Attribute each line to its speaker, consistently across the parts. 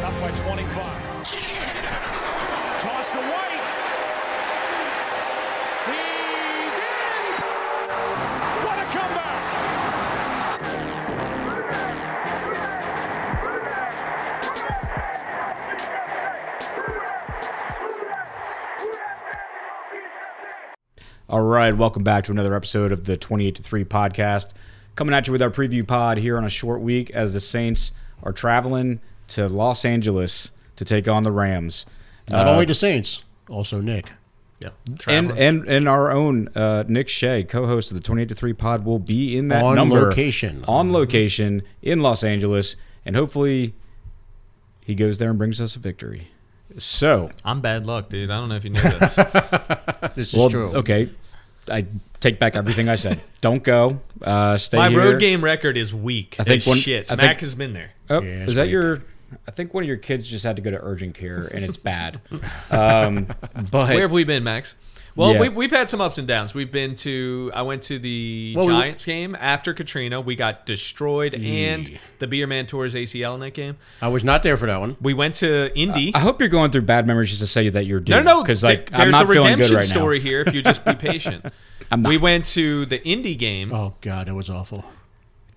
Speaker 1: 25. Toss to White. He's in! What a comeback!
Speaker 2: All right, welcome back to another episode of the 28 to 3 podcast. Coming at you with our preview pod here on a short week as the Saints are traveling to Los Angeles to take on the Rams.
Speaker 3: Not only the Saints, also Nick.
Speaker 4: Yeah.
Speaker 2: And,
Speaker 4: Traveling.
Speaker 2: and and our own uh, Nick Shea, co-host of the 28 to 3 pod will be in that
Speaker 3: On
Speaker 2: number
Speaker 3: location.
Speaker 2: on location in Los Angeles and hopefully he goes there and brings us a victory. So,
Speaker 4: I'm bad luck, dude. I don't know if you knew this.
Speaker 3: This is
Speaker 2: well,
Speaker 3: true.
Speaker 2: okay, I take back everything I said. Don't go. Uh, stay
Speaker 4: My
Speaker 2: here.
Speaker 4: road game record is weak.
Speaker 2: I think
Speaker 4: as
Speaker 2: one-
Speaker 4: shit.
Speaker 2: I think-
Speaker 4: Mac has been there.
Speaker 2: Oh,
Speaker 3: Yeah,
Speaker 2: is
Speaker 3: it's
Speaker 2: that
Speaker 3: weak.
Speaker 2: your? I think one of your kids just had to go to urgent care, and it's bad. um, but
Speaker 4: Where have we been, Max? Well,
Speaker 2: Yeah.
Speaker 4: we, we've had some ups and downs. We've been to. I went to the
Speaker 3: Well, we-
Speaker 4: Giants game after Katrina. We got destroyed, and the Beer Man tore his ACL in that game.
Speaker 3: I was not there for that one.
Speaker 4: We went to Indy.
Speaker 2: I hope you're going through bad memories just to say that you're
Speaker 4: no,
Speaker 2: doing.
Speaker 4: no, no.
Speaker 2: because
Speaker 4: th-
Speaker 2: like
Speaker 4: there's
Speaker 2: I'm not
Speaker 4: a
Speaker 2: feeling good
Speaker 4: redemption
Speaker 2: right
Speaker 4: story here. If you just be patient, we went to the Indy game.
Speaker 3: Oh God, that was awful.
Speaker 2: now.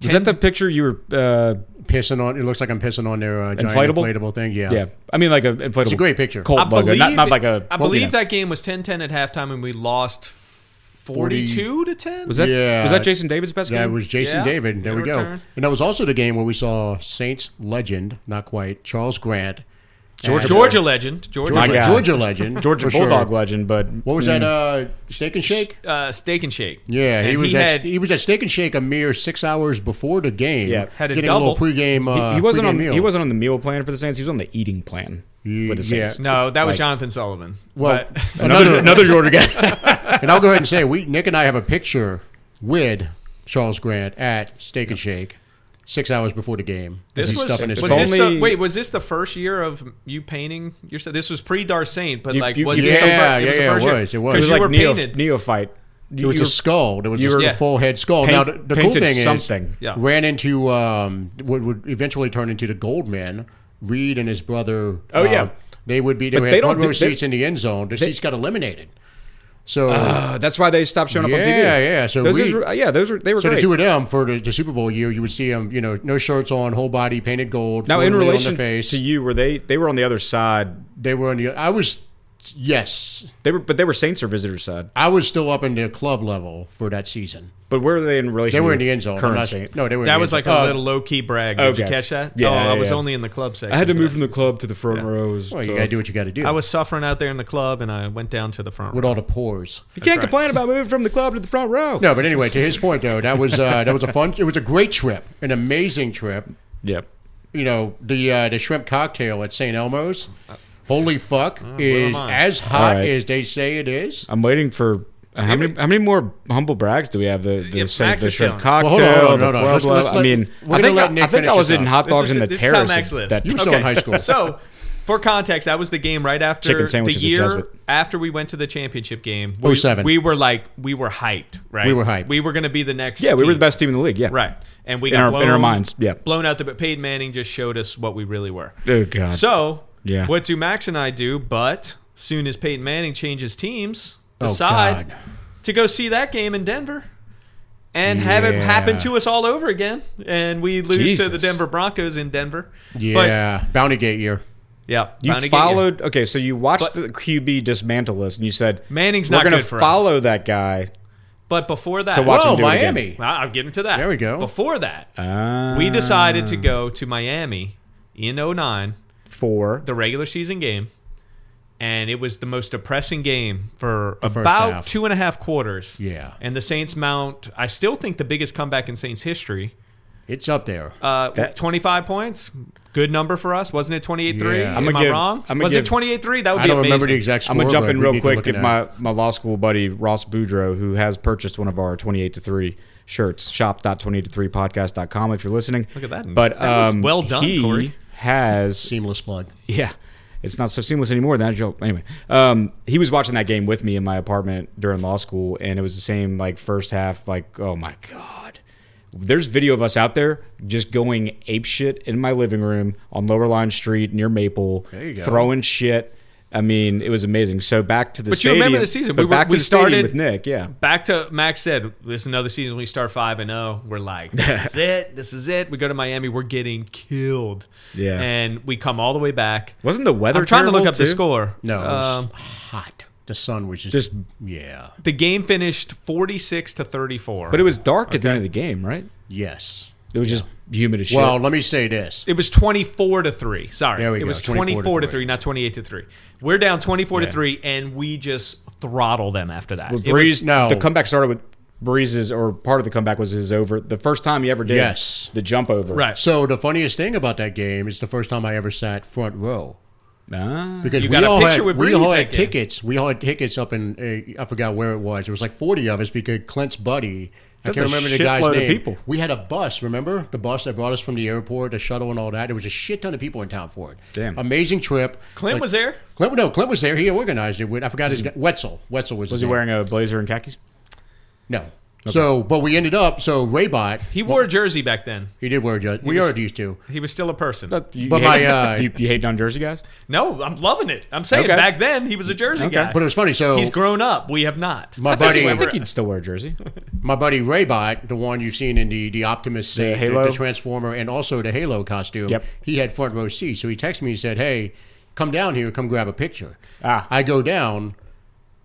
Speaker 2: Is that the picture you were? Uh,
Speaker 3: Pissing on. It looks like I'm pissing on their uh, giant
Speaker 2: Inflatable?
Speaker 3: inflatable? thing. Yeah.
Speaker 2: yeah, I mean like an inflatable. It's
Speaker 3: a great picture.
Speaker 2: Colt
Speaker 4: I
Speaker 2: logo,
Speaker 4: believe,
Speaker 2: not, not like a.
Speaker 4: I
Speaker 2: well, you
Speaker 4: believe
Speaker 2: know.
Speaker 4: that game was 10-10 at halftime, and we lost forty-two to ten.
Speaker 2: was that.
Speaker 3: Yeah.
Speaker 2: Was that Jason David's best
Speaker 3: That
Speaker 2: game?
Speaker 3: was Jason
Speaker 4: Yeah,
Speaker 3: David. There
Speaker 4: in
Speaker 3: we go.
Speaker 4: return.
Speaker 3: And that was also the game where we saw Saints legend, not quite Charles Grant,
Speaker 2: Georgia,
Speaker 4: Georgia legend, Georgia,
Speaker 2: My
Speaker 3: Georgia,
Speaker 2: God.
Speaker 3: Georgia legend,
Speaker 2: Georgia
Speaker 3: for sure.
Speaker 2: Bulldog legend, Hmm. but mm,
Speaker 3: What was that? Uh, Steak and Shake.
Speaker 4: uh, Steak and Shake.
Speaker 3: Yeah, he
Speaker 4: And
Speaker 3: was
Speaker 4: He
Speaker 3: at
Speaker 4: had,
Speaker 3: he was at Steak and Shake a mere six hours before the game.
Speaker 2: Yeah.
Speaker 4: Had a
Speaker 3: getting a little
Speaker 4: double.
Speaker 3: pregame. Uh,
Speaker 2: he, he wasn't
Speaker 3: pregame
Speaker 2: on.
Speaker 3: Meal.
Speaker 2: He wasn't on the meal plan for the Saints. He was on the eating plan
Speaker 3: Ye-
Speaker 2: with the
Speaker 3: yeah.
Speaker 2: Saints.
Speaker 4: no, that was
Speaker 2: Like-
Speaker 4: Jonathan Sullivan.
Speaker 3: Well,
Speaker 4: But-
Speaker 2: Another another Georgia guy.
Speaker 3: and I'll go ahead and say we Nick and I have a picture with Charles Grant at Steak and Shake six hours before the game.
Speaker 4: This
Speaker 3: He's
Speaker 4: was,
Speaker 3: stuffing his
Speaker 4: was
Speaker 3: phone.
Speaker 4: this
Speaker 2: Only-
Speaker 4: the, wait was this the first year of you painting yourself? This was pre Darsaint, but
Speaker 2: You-
Speaker 4: like
Speaker 2: you-
Speaker 4: was
Speaker 2: you-
Speaker 4: this
Speaker 3: Yeah,
Speaker 4: the first,
Speaker 3: yeah,
Speaker 4: was
Speaker 3: yeah,
Speaker 4: the
Speaker 3: it
Speaker 4: first
Speaker 3: was, it
Speaker 4: year?
Speaker 3: was.
Speaker 2: It was
Speaker 4: you
Speaker 2: like
Speaker 4: were
Speaker 2: neo,
Speaker 4: painted.
Speaker 2: neophyte.
Speaker 3: it was
Speaker 2: You
Speaker 3: a
Speaker 2: were-
Speaker 3: skull. There was
Speaker 2: you
Speaker 3: just
Speaker 2: were-
Speaker 3: a full head skull.
Speaker 2: Paint-
Speaker 3: now the, the cool
Speaker 2: painted
Speaker 3: thing is
Speaker 2: something.
Speaker 4: Yeah.
Speaker 3: ran into um, what would eventually turn into the Goldman. Reed and his brother.
Speaker 2: Oh,
Speaker 3: um,
Speaker 2: yeah.
Speaker 3: they would be. They
Speaker 2: But
Speaker 3: had
Speaker 2: they
Speaker 3: front
Speaker 2: don't
Speaker 3: row
Speaker 2: do- they-
Speaker 3: seats in the end zone. The seats got eliminated. So
Speaker 2: Uh, that's why they stopped showing up on TV.
Speaker 3: Yeah, yeah, so
Speaker 2: those
Speaker 3: we-
Speaker 2: were, yeah, those were they were
Speaker 3: So
Speaker 2: great.
Speaker 3: the two of them for the, the Super Bowl year, you would see them, you know, no shirts on, whole body painted gold.
Speaker 2: now, in
Speaker 3: fully
Speaker 2: relation
Speaker 3: on the face,
Speaker 2: to you, were they they were on the other side?
Speaker 3: they were on the. I was, yes,
Speaker 2: They were, but they were Saints or visitor side.
Speaker 3: I was still up in the club level for that season.
Speaker 2: But where were they in relation?
Speaker 3: They were
Speaker 2: to
Speaker 3: in the end zone. I'm
Speaker 2: Current
Speaker 3: not-
Speaker 2: Saints?
Speaker 3: no, they were. in
Speaker 4: That
Speaker 3: the
Speaker 4: was
Speaker 3: end
Speaker 4: like
Speaker 3: zone.
Speaker 4: a
Speaker 3: Uh,
Speaker 4: little low key brag. Did you
Speaker 2: okay.
Speaker 4: catch that?
Speaker 2: Yeah,
Speaker 4: oh, I was
Speaker 2: yeah.
Speaker 4: only in the club section.
Speaker 2: I had to
Speaker 4: for
Speaker 2: move
Speaker 4: that.
Speaker 2: from the club to the front rows.
Speaker 3: Well, you gotta do what you gotta do.
Speaker 4: I was suffering out there in the club, and I went down to the front.
Speaker 3: with
Speaker 4: row.
Speaker 3: all the pores.
Speaker 2: You can't complain about moving from the club to the front row.
Speaker 3: No, but anyway, to his point though, that was uh, that was a fun. It was a great trip, an amazing trip.
Speaker 2: Yep.
Speaker 3: You know the uh, the shrimp cocktail at St. Elmo's. Holy fuck! is
Speaker 4: mine.
Speaker 3: as hot
Speaker 2: All right.
Speaker 3: as they say it is.
Speaker 2: I'm waiting for. How many, how many more humble brags do we have? The, the,
Speaker 4: Yeah,
Speaker 2: sa-
Speaker 4: Max
Speaker 2: the
Speaker 4: is
Speaker 2: shrimp
Speaker 4: telling.
Speaker 2: cocktail,
Speaker 3: Well, hold on, hold on,
Speaker 2: the
Speaker 3: hold on.
Speaker 2: club
Speaker 3: Let's-
Speaker 2: love.
Speaker 3: let's
Speaker 2: I
Speaker 3: let-
Speaker 2: mean, I
Speaker 3: we're gonna
Speaker 2: think,
Speaker 3: let
Speaker 2: I-
Speaker 3: Nick
Speaker 2: I, think I
Speaker 3: finish
Speaker 2: was
Speaker 3: this
Speaker 2: eating
Speaker 3: up.
Speaker 2: hot dogs
Speaker 4: This is-
Speaker 2: in the
Speaker 4: this is how
Speaker 2: terrace.
Speaker 4: Max lives.
Speaker 2: that-
Speaker 3: You were still in
Speaker 4: Okay,
Speaker 3: high school.
Speaker 4: So, for context, that was the game right after
Speaker 2: Chicken sandwiches
Speaker 4: the
Speaker 2: at
Speaker 4: year
Speaker 2: Jesuit. Oh,
Speaker 4: after we went to the championship game. We,
Speaker 3: 07.
Speaker 4: we were like, we were hyped, right?
Speaker 3: We were hyped.
Speaker 4: We were going to be the next.
Speaker 2: yeah, we were
Speaker 4: team.
Speaker 2: the best team in the league. Yeah,
Speaker 4: Right. And we
Speaker 2: In
Speaker 4: got
Speaker 2: our-
Speaker 4: blown,
Speaker 2: in our minds, yeah.
Speaker 4: blown out. The but Peyton Manning just showed us what we really were.
Speaker 2: Oh, God.
Speaker 4: So
Speaker 2: Yeah.
Speaker 4: what do Max and I do? But soon as Peyton Manning changes teams,
Speaker 3: Oh,
Speaker 4: decide
Speaker 3: God.
Speaker 4: to go see that game in Denver. And have it happen
Speaker 3: Yeah.
Speaker 4: to us all over again, and we lose to the
Speaker 2: Jesus.
Speaker 4: Denver Broncos in Denver.
Speaker 3: Yeah, Bounty Gate year.
Speaker 4: but, yeah.
Speaker 2: You
Speaker 4: bound to get
Speaker 2: followed. Okay, so you watched
Speaker 4: But-
Speaker 2: the QB dismantle list, and you said
Speaker 4: Manning's
Speaker 2: We're
Speaker 4: not
Speaker 2: gonna
Speaker 4: good for us."
Speaker 2: follow that guy.
Speaker 4: But before that,
Speaker 2: To watch him
Speaker 3: Oh,
Speaker 2: do it again.
Speaker 3: Miami.
Speaker 4: I- I'll get into that.
Speaker 3: There we go.
Speaker 4: Before that,
Speaker 2: Ah,
Speaker 4: we decided to go to Miami in 09
Speaker 2: four.
Speaker 4: the regular season game, and it was the most depressing game for
Speaker 3: first
Speaker 4: about
Speaker 3: half.
Speaker 4: two and a half quarters.
Speaker 3: Yeah.
Speaker 4: and the Saints mount. I still think the biggest comeback in Saints history.
Speaker 3: It's up there.
Speaker 4: Uh,
Speaker 2: That-
Speaker 4: twenty-five points, good number for us, wasn't it? Twenty-eight-three.
Speaker 3: Yeah.
Speaker 4: Am
Speaker 2: I'ma
Speaker 4: I
Speaker 2: give-
Speaker 4: wrong?
Speaker 2: I'ma
Speaker 4: was
Speaker 2: give-
Speaker 4: it twenty-eight-three? That would
Speaker 3: I
Speaker 4: be
Speaker 3: don't
Speaker 4: amazing.
Speaker 3: remember the exact score.
Speaker 2: I'm gonna jump in real quick. If
Speaker 3: If
Speaker 2: my, my law school buddy Ross Boudreau, who has purchased one of our 28 to three shirts, shop.28 to three podcast.com. If you're listening,
Speaker 4: Look at that.
Speaker 2: But
Speaker 4: That was
Speaker 2: um,
Speaker 4: well done,
Speaker 2: he
Speaker 4: Corey.
Speaker 2: has
Speaker 3: seamless plug.
Speaker 2: Yeah. It's not so seamless anymore. That joke. Anyway, um, he was watching that game with me in my apartment during law school, and it was the same like first half. Like, oh my god, There's video of us out there just going ape shit in my living room on Lower Line Street near Maple,
Speaker 3: you go.
Speaker 2: throwing shit. I mean, it was amazing. So back to the
Speaker 4: But you
Speaker 2: stadium.
Speaker 4: remember the season.
Speaker 2: But
Speaker 4: We were-
Speaker 2: back to
Speaker 4: we
Speaker 2: the stadium
Speaker 4: started-
Speaker 2: with Nick. Yeah,
Speaker 4: Back to Max said, this is another season we start 5 and 0. We're like, this is it. This is it. We go to Miami, we're getting killed.
Speaker 2: Yeah.
Speaker 4: And we come all the way back.
Speaker 2: wasn't the weather?
Speaker 4: I'm trying to look
Speaker 2: terrible,
Speaker 4: up the
Speaker 2: too?
Speaker 4: score.
Speaker 3: No, it was
Speaker 4: Um,
Speaker 3: hot. The sun was just,
Speaker 2: Just-
Speaker 3: yeah,
Speaker 4: the game finished 46 to 34.
Speaker 2: but it was dark at the end of the game, right?
Speaker 3: yes.
Speaker 2: It was just humid as shit.
Speaker 3: Well, let me say this.
Speaker 4: It was 24 to 3. Sorry.
Speaker 3: There we
Speaker 4: it
Speaker 3: go,
Speaker 4: was
Speaker 3: 24 to
Speaker 4: 24, to
Speaker 3: three.
Speaker 4: 3, not 28 to 3. We're down 24
Speaker 2: Yeah.
Speaker 4: to 3 and we just throttle them after that.
Speaker 2: Well,
Speaker 4: It
Speaker 2: Breeze,
Speaker 4: was,
Speaker 3: no.
Speaker 2: the comeback started with Breeze's, or part of the comeback was his over. The first time he ever did
Speaker 3: Yes.
Speaker 2: the jump over.
Speaker 4: right.
Speaker 3: So the funniest thing about that game is the first time I ever sat front row
Speaker 2: Ah.
Speaker 3: because
Speaker 4: You
Speaker 3: we
Speaker 4: got a
Speaker 3: all
Speaker 4: picture
Speaker 3: had
Speaker 4: with
Speaker 3: we
Speaker 4: Breeze
Speaker 3: all
Speaker 4: that
Speaker 3: had
Speaker 4: game.
Speaker 3: tickets. We all had tickets up in uh, I forgot where it was. There was like forty of us because Clint's buddy.
Speaker 2: That's
Speaker 3: I
Speaker 2: a
Speaker 3: can't remember the guy's
Speaker 2: shitload of
Speaker 3: name.
Speaker 2: people.
Speaker 3: We had a bus, remember? The bus that brought us from the airport, the shuttle and all that. There was a shit ton of people in town for it.
Speaker 2: Damn.
Speaker 3: Amazing trip.
Speaker 4: Clint
Speaker 3: Like-
Speaker 4: was there?
Speaker 3: Clint no, Clint was there. He organized it with I forgot his guy- Wetzel. Wetzel
Speaker 2: Was
Speaker 3: was his
Speaker 2: he
Speaker 3: name.
Speaker 2: wearing a blazer and khakis?
Speaker 3: No. So but we ended up so Raybot
Speaker 4: He wore a jersey back then.
Speaker 3: he did wear a judge. We
Speaker 4: was-
Speaker 3: are these two.
Speaker 4: He was still a person.
Speaker 2: You
Speaker 3: But
Speaker 2: hate-
Speaker 3: my, uh,
Speaker 2: you, you hating on Jersey guys?
Speaker 4: No, I'm loving it. I'm saying
Speaker 2: Okay.
Speaker 4: back then he was a jersey
Speaker 2: Okay.
Speaker 4: guy.
Speaker 3: But it was funny, so
Speaker 4: He's grown up. We have not.
Speaker 3: My
Speaker 4: I thought
Speaker 3: buddy-
Speaker 4: you
Speaker 2: I
Speaker 4: were-
Speaker 2: think he'd still wear a jersey.
Speaker 3: my buddy Raybot, the one you've seen in the the Optimus
Speaker 2: The
Speaker 3: the,
Speaker 2: Halo?
Speaker 3: the, Transformer, and also the Halo costume.
Speaker 2: Yep.
Speaker 3: He had front row seats, so he texted me and said, "Hey, come down here, come grab a picture."
Speaker 2: Ah.
Speaker 3: I go down.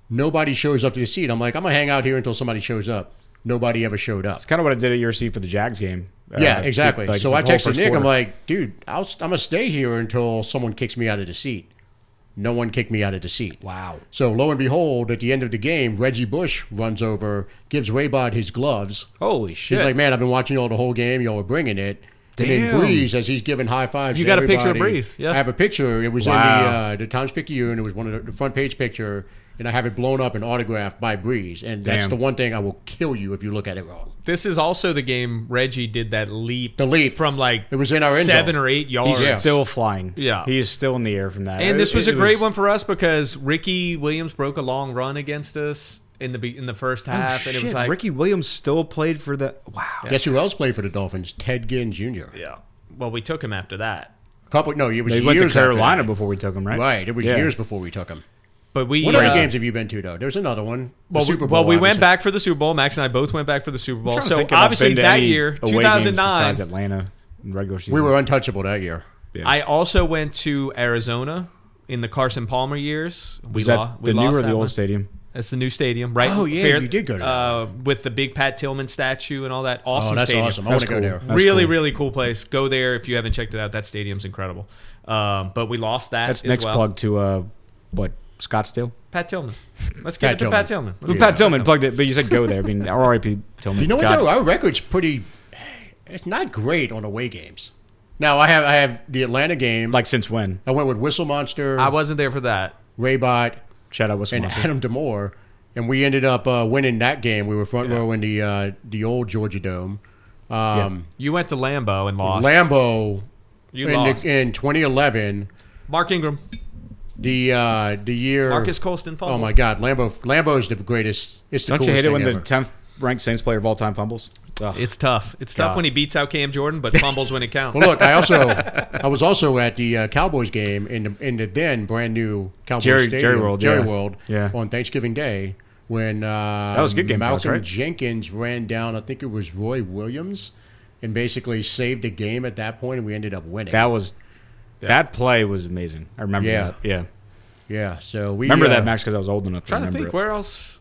Speaker 3: Nobody shows up to the seat. I'm like, I'm gonna hang out here until somebody shows up. Nobody ever showed up.
Speaker 2: kind of what I did at your seat for the Jags game. Uh,
Speaker 3: yeah, exactly.
Speaker 2: like,
Speaker 3: so
Speaker 2: the
Speaker 3: I
Speaker 2: whole
Speaker 3: texted
Speaker 2: first
Speaker 3: Nick. I'm
Speaker 2: quarter.
Speaker 3: like, dude, I'll, I'm gonna stay here until someone kicks me out of the seat. No one kicked me out of the seat.
Speaker 2: wow.
Speaker 3: So lo and behold, at the end of the game, Reggie Bush runs over, gives Raybod his gloves.
Speaker 2: Holy
Speaker 3: He's
Speaker 2: shit.
Speaker 3: like, "Man, I've been watching y'all the whole game. Y'all are bringing it." And
Speaker 2: Damn.
Speaker 3: then Breeze, as he's giving high fives,
Speaker 4: You
Speaker 3: to
Speaker 4: got a picture of
Speaker 3: everybody.
Speaker 4: Breeze, yeah.
Speaker 3: I have a picture. It was in the
Speaker 2: Wow.
Speaker 3: uh, the Times Picayune. It was one of the, the front page picture, and I have it blown up and autographed by Breeze. And that's
Speaker 2: Damn.
Speaker 3: the one thing I will kill you if you look at it wrong.
Speaker 4: This is also the game Reggie did that leap.
Speaker 3: The leap.
Speaker 4: from like
Speaker 3: It was in our end
Speaker 4: seven
Speaker 3: zone.
Speaker 4: or eight yards.
Speaker 2: He's
Speaker 3: Yeah.
Speaker 2: still flying.
Speaker 4: Yeah.
Speaker 2: He is still in the air from that.
Speaker 4: And this
Speaker 2: It-
Speaker 4: was
Speaker 2: it
Speaker 4: a great one for us because Ricky Williams broke a long run against us in the be- in the first
Speaker 2: Oh,
Speaker 4: half, and it was
Speaker 2: shit,
Speaker 4: like
Speaker 2: Ricky Williams still played for the. Wow.
Speaker 3: Guess who else played for the Dolphins? Ted Ginn Jr.
Speaker 4: yeah. Well, we took him after that,
Speaker 3: Couple, no, it was
Speaker 2: They
Speaker 3: years
Speaker 2: went to
Speaker 3: after
Speaker 2: Carolina
Speaker 3: that.
Speaker 2: before we took him, right?
Speaker 3: Right, it was
Speaker 2: Yeah.
Speaker 3: years before we took him.
Speaker 4: but we
Speaker 3: What other
Speaker 4: uh,
Speaker 3: games have you been to though? There's another one. The
Speaker 4: Well,
Speaker 3: Super
Speaker 4: we,
Speaker 3: Bowl.
Speaker 4: well, we went
Speaker 3: obviously.
Speaker 4: back for the Super Bowl. Max and I both went back for the Super Bowl.
Speaker 2: trying to
Speaker 4: So
Speaker 2: think if I've
Speaker 4: obviously
Speaker 2: been to
Speaker 4: that
Speaker 2: any
Speaker 4: year,
Speaker 2: away games
Speaker 4: 2009,
Speaker 2: besides Atlanta in regular season.
Speaker 3: We were untouchable that year.
Speaker 4: I also went to Arizona in the Carson Palmer years. We
Speaker 2: was that
Speaker 4: lo- we
Speaker 2: the new or
Speaker 4: lost
Speaker 2: the
Speaker 4: that
Speaker 2: old
Speaker 4: one.
Speaker 2: stadium?
Speaker 4: That's the new stadium, right?
Speaker 3: Oh, yeah, you did go to that
Speaker 4: uh, with the big Pat Tillman statue and all that. Awesome
Speaker 3: Oh, that's
Speaker 4: stadium.
Speaker 3: awesome. I want
Speaker 2: That's
Speaker 3: to go
Speaker 2: cool.
Speaker 3: there.
Speaker 2: That's
Speaker 4: really,
Speaker 2: cool.
Speaker 4: really cool place. Go there if you haven't checked it out. That stadium's incredible. Um, but we lost that.
Speaker 2: That's
Speaker 4: as
Speaker 2: next
Speaker 4: well.
Speaker 2: plug to uh, what Scottsdale.
Speaker 4: Pat Tillman. Let's get
Speaker 3: Pat
Speaker 4: it to Pat Tillman. Let's
Speaker 2: Pat Tillman plugged it, but you said go there. I mean, R.I.P. Tillman.
Speaker 3: You know what
Speaker 2: God.
Speaker 3: though? Our record's pretty. It's not great on away games. Now I have I have the Atlanta game.
Speaker 2: Like since when?
Speaker 3: I went with Whistle Monster,
Speaker 4: I wasn't there for that.
Speaker 3: Raybot,
Speaker 2: Shout out West
Speaker 3: and
Speaker 2: Monster.
Speaker 3: Adam Demore, and we ended up uh, winning that game. We were front row in the uh, the old Georgia Dome. Um,
Speaker 4: You went to Lambeau and lost.
Speaker 3: Lambo
Speaker 4: you
Speaker 3: in,
Speaker 4: lost.
Speaker 3: the, in 2011,
Speaker 4: Mark Ingram,
Speaker 3: the uh, the year
Speaker 4: Marcus Colston. Fumble.
Speaker 3: Oh my God, Lambo Lambo's the greatest. It's the
Speaker 2: Don't you
Speaker 3: coolest
Speaker 2: hate it when
Speaker 3: thing
Speaker 2: the
Speaker 3: ever.
Speaker 2: tenth ranked Saints player of all time fumbles? Ugh.
Speaker 4: It's tough. It's tough
Speaker 2: God.
Speaker 4: when he beats out Cam Jordan, but fumbles when it counts.
Speaker 3: Well, look, I also I was also at the uh, Cowboys game in the in the then brand new Cowboys
Speaker 2: Jerry-
Speaker 3: Stadium,
Speaker 2: Jerry World, yeah.
Speaker 3: World,
Speaker 2: Yeah.
Speaker 3: on Thanksgiving Day when uh,
Speaker 2: That was a good game for
Speaker 3: Malcolm
Speaker 2: us, right?
Speaker 3: Jenkins ran down. I think it was Roy Williams, and basically saved the game at that point, and we ended up winning.
Speaker 2: that was that play was amazing. I remember
Speaker 3: Yeah.
Speaker 2: that. Yeah,
Speaker 3: yeah, so we
Speaker 2: remember
Speaker 3: uh,
Speaker 2: that Max because I was old enough to
Speaker 4: trying to
Speaker 2: remember
Speaker 4: think
Speaker 2: it.
Speaker 4: where else.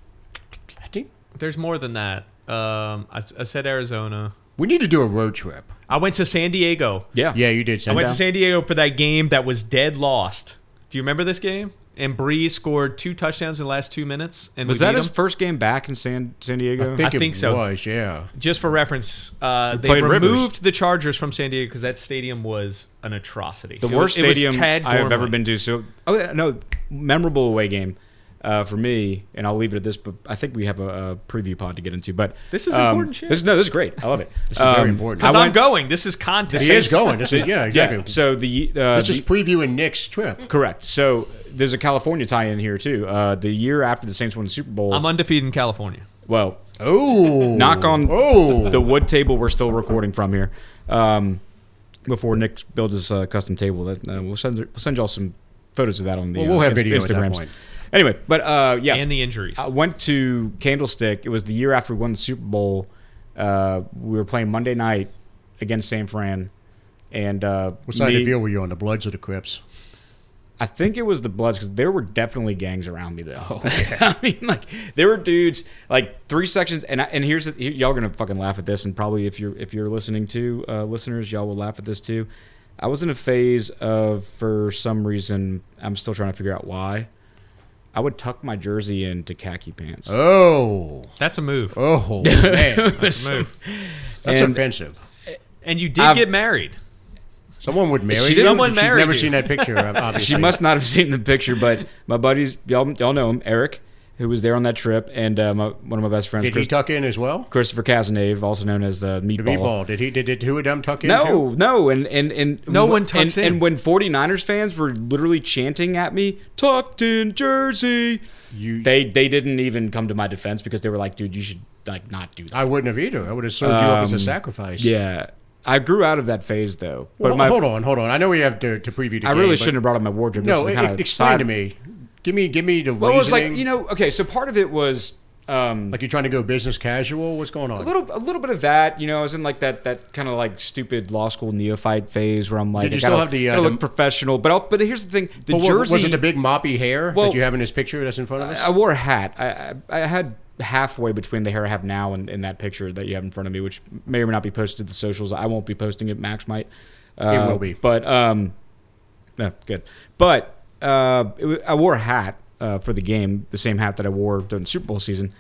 Speaker 3: I think
Speaker 4: There's more than that. Um, I, I said Arizona.
Speaker 3: we need to do a road trip.
Speaker 4: I went to San Diego.
Speaker 2: yeah,
Speaker 3: Yeah, you did.
Speaker 4: I
Speaker 3: Send
Speaker 4: went
Speaker 3: down.
Speaker 4: to San Diego for that game that was dead lost. Do you remember this game? And Breeze scored two touchdowns in the last two minutes. And
Speaker 2: Was
Speaker 4: we
Speaker 2: that
Speaker 4: beat
Speaker 2: his
Speaker 4: 'em.
Speaker 2: first game back in San San Diego?
Speaker 3: I think
Speaker 4: I
Speaker 3: it
Speaker 4: think so.
Speaker 3: was. Yeah,
Speaker 4: Just for reference, uh, they
Speaker 2: played
Speaker 4: removed
Speaker 2: Rivers.
Speaker 4: the Chargers from San Diego because that stadium was an atrocity.
Speaker 2: The worst
Speaker 4: it was,
Speaker 2: stadium
Speaker 4: it was Tad
Speaker 2: I have ever
Speaker 4: Gormley.
Speaker 2: been to. So, oh yeah, no, memorable away game uh, for me, and I'll leave it at this. But I think we have a, a preview pod to get into. But um,
Speaker 4: This is important shit.
Speaker 2: This, no, this is great. I love it. this
Speaker 3: is very important.
Speaker 4: Because
Speaker 2: I
Speaker 4: I'm
Speaker 2: went-
Speaker 4: going. This is content.
Speaker 3: he is going. This is yeah, exactly.
Speaker 2: Yeah. So the uh,
Speaker 3: This
Speaker 2: the-
Speaker 3: is previewing Nick's trip.
Speaker 2: correct. So there's a California tie-in here too. Uh, the year after the Saints won the Super Bowl,
Speaker 4: I'm undefeated in California.
Speaker 2: Well,
Speaker 3: Oh,
Speaker 2: knock on
Speaker 3: Oh,
Speaker 2: the wood table we're still recording from here. Um, before Nick builds his uh, custom table, that uh, we'll send we'll send y'all some photos of that on the
Speaker 3: Well, we'll have
Speaker 2: uh,
Speaker 3: video at that
Speaker 2: Instagrams.
Speaker 3: point.
Speaker 2: Anyway, but uh, yeah,
Speaker 4: and the injuries.
Speaker 2: I went to Candlestick. It was the year after we won the Super Bowl. Uh, we were playing Monday night against San Fran, and uh,
Speaker 3: what side of
Speaker 2: me-
Speaker 3: the field were you on? The Bloods or the Crips?
Speaker 2: I think it was the Bloods because there were definitely gangs around me though.
Speaker 3: Oh,
Speaker 2: I mean, like there were dudes like three sections, and I, and here's the, y- y'all gonna fucking laugh at this, and probably if you're if you're listening to uh, listeners, y'all will laugh at this too. I was in a phase of for some reason I'm still trying to figure out why. I would tuck my jersey into khaki pants.
Speaker 3: Oh,
Speaker 4: That's a move.
Speaker 3: oh man,
Speaker 4: That's a move.
Speaker 3: that's
Speaker 2: And-
Speaker 3: offensive.
Speaker 4: And you did
Speaker 2: I've-
Speaker 4: get married.
Speaker 3: Someone would marry.
Speaker 4: She
Speaker 3: you?
Speaker 4: someone
Speaker 3: She's
Speaker 4: married
Speaker 3: Never
Speaker 4: you.
Speaker 3: seen that picture. Obviously,
Speaker 2: She must not have seen the picture, but my buddies, y'all y'all know him, Eric, who was there on that trip, and uh, my, one of my best friends,
Speaker 3: Did he
Speaker 2: Chris,
Speaker 3: tuck in as well?
Speaker 2: Christopher Casanave, also known as uh,
Speaker 3: The meatball. Did he? Did, did two of them tuck in?
Speaker 2: No, no, and and and
Speaker 4: No one
Speaker 2: and-
Speaker 4: tucks
Speaker 2: and,
Speaker 4: in.
Speaker 2: when 49ers fans were literally chanting at me, "Tucked in jersey,"
Speaker 3: too? You,
Speaker 2: they they didn't even come to my defense because they were like, "Dude, you should like not do that."
Speaker 3: I wouldn't have either. I would have served you up as a sacrifice.
Speaker 2: Um, Yeah, I grew out of that phase though. But
Speaker 3: Well,
Speaker 2: my,
Speaker 3: hold on, hold on. I know we have to, to preview. The
Speaker 2: I
Speaker 3: game,
Speaker 2: really
Speaker 3: but-
Speaker 2: shouldn't have brought up my wardrobe.
Speaker 3: No,
Speaker 2: this
Speaker 3: e-
Speaker 2: is kind of
Speaker 3: e- explain to
Speaker 2: side-
Speaker 3: me. Give me, give me the
Speaker 2: Well, it was like
Speaker 3: reasoning.
Speaker 2: you know, okay, so part of it was. Um,
Speaker 3: like you're trying to go business casual. What's going on?
Speaker 2: a little, a little bit of that, you know. I was in like that, that kind of like stupid law school neophyte phase where I'm like,
Speaker 3: Did you
Speaker 2: I
Speaker 3: still
Speaker 2: gotta-
Speaker 3: have the, uh,
Speaker 2: gotta look
Speaker 3: the-
Speaker 2: professional, but I'll, but here's the thing: the
Speaker 3: But wa-
Speaker 2: jersey
Speaker 3: was it the big moppy hair
Speaker 2: Well,
Speaker 3: that you have in this picture that's in front of us?
Speaker 2: I wore a hat. I, I, I had halfway between the hair I have now and, and that picture that you have in front of me, which may or may not be posted to the socials. I won't be posting it. Max might. Uh,
Speaker 3: will be.
Speaker 2: But um, no, good. But uh, it, wa- I wore a hat uh, for the game, the same hat that I wore during the Super Bowl season.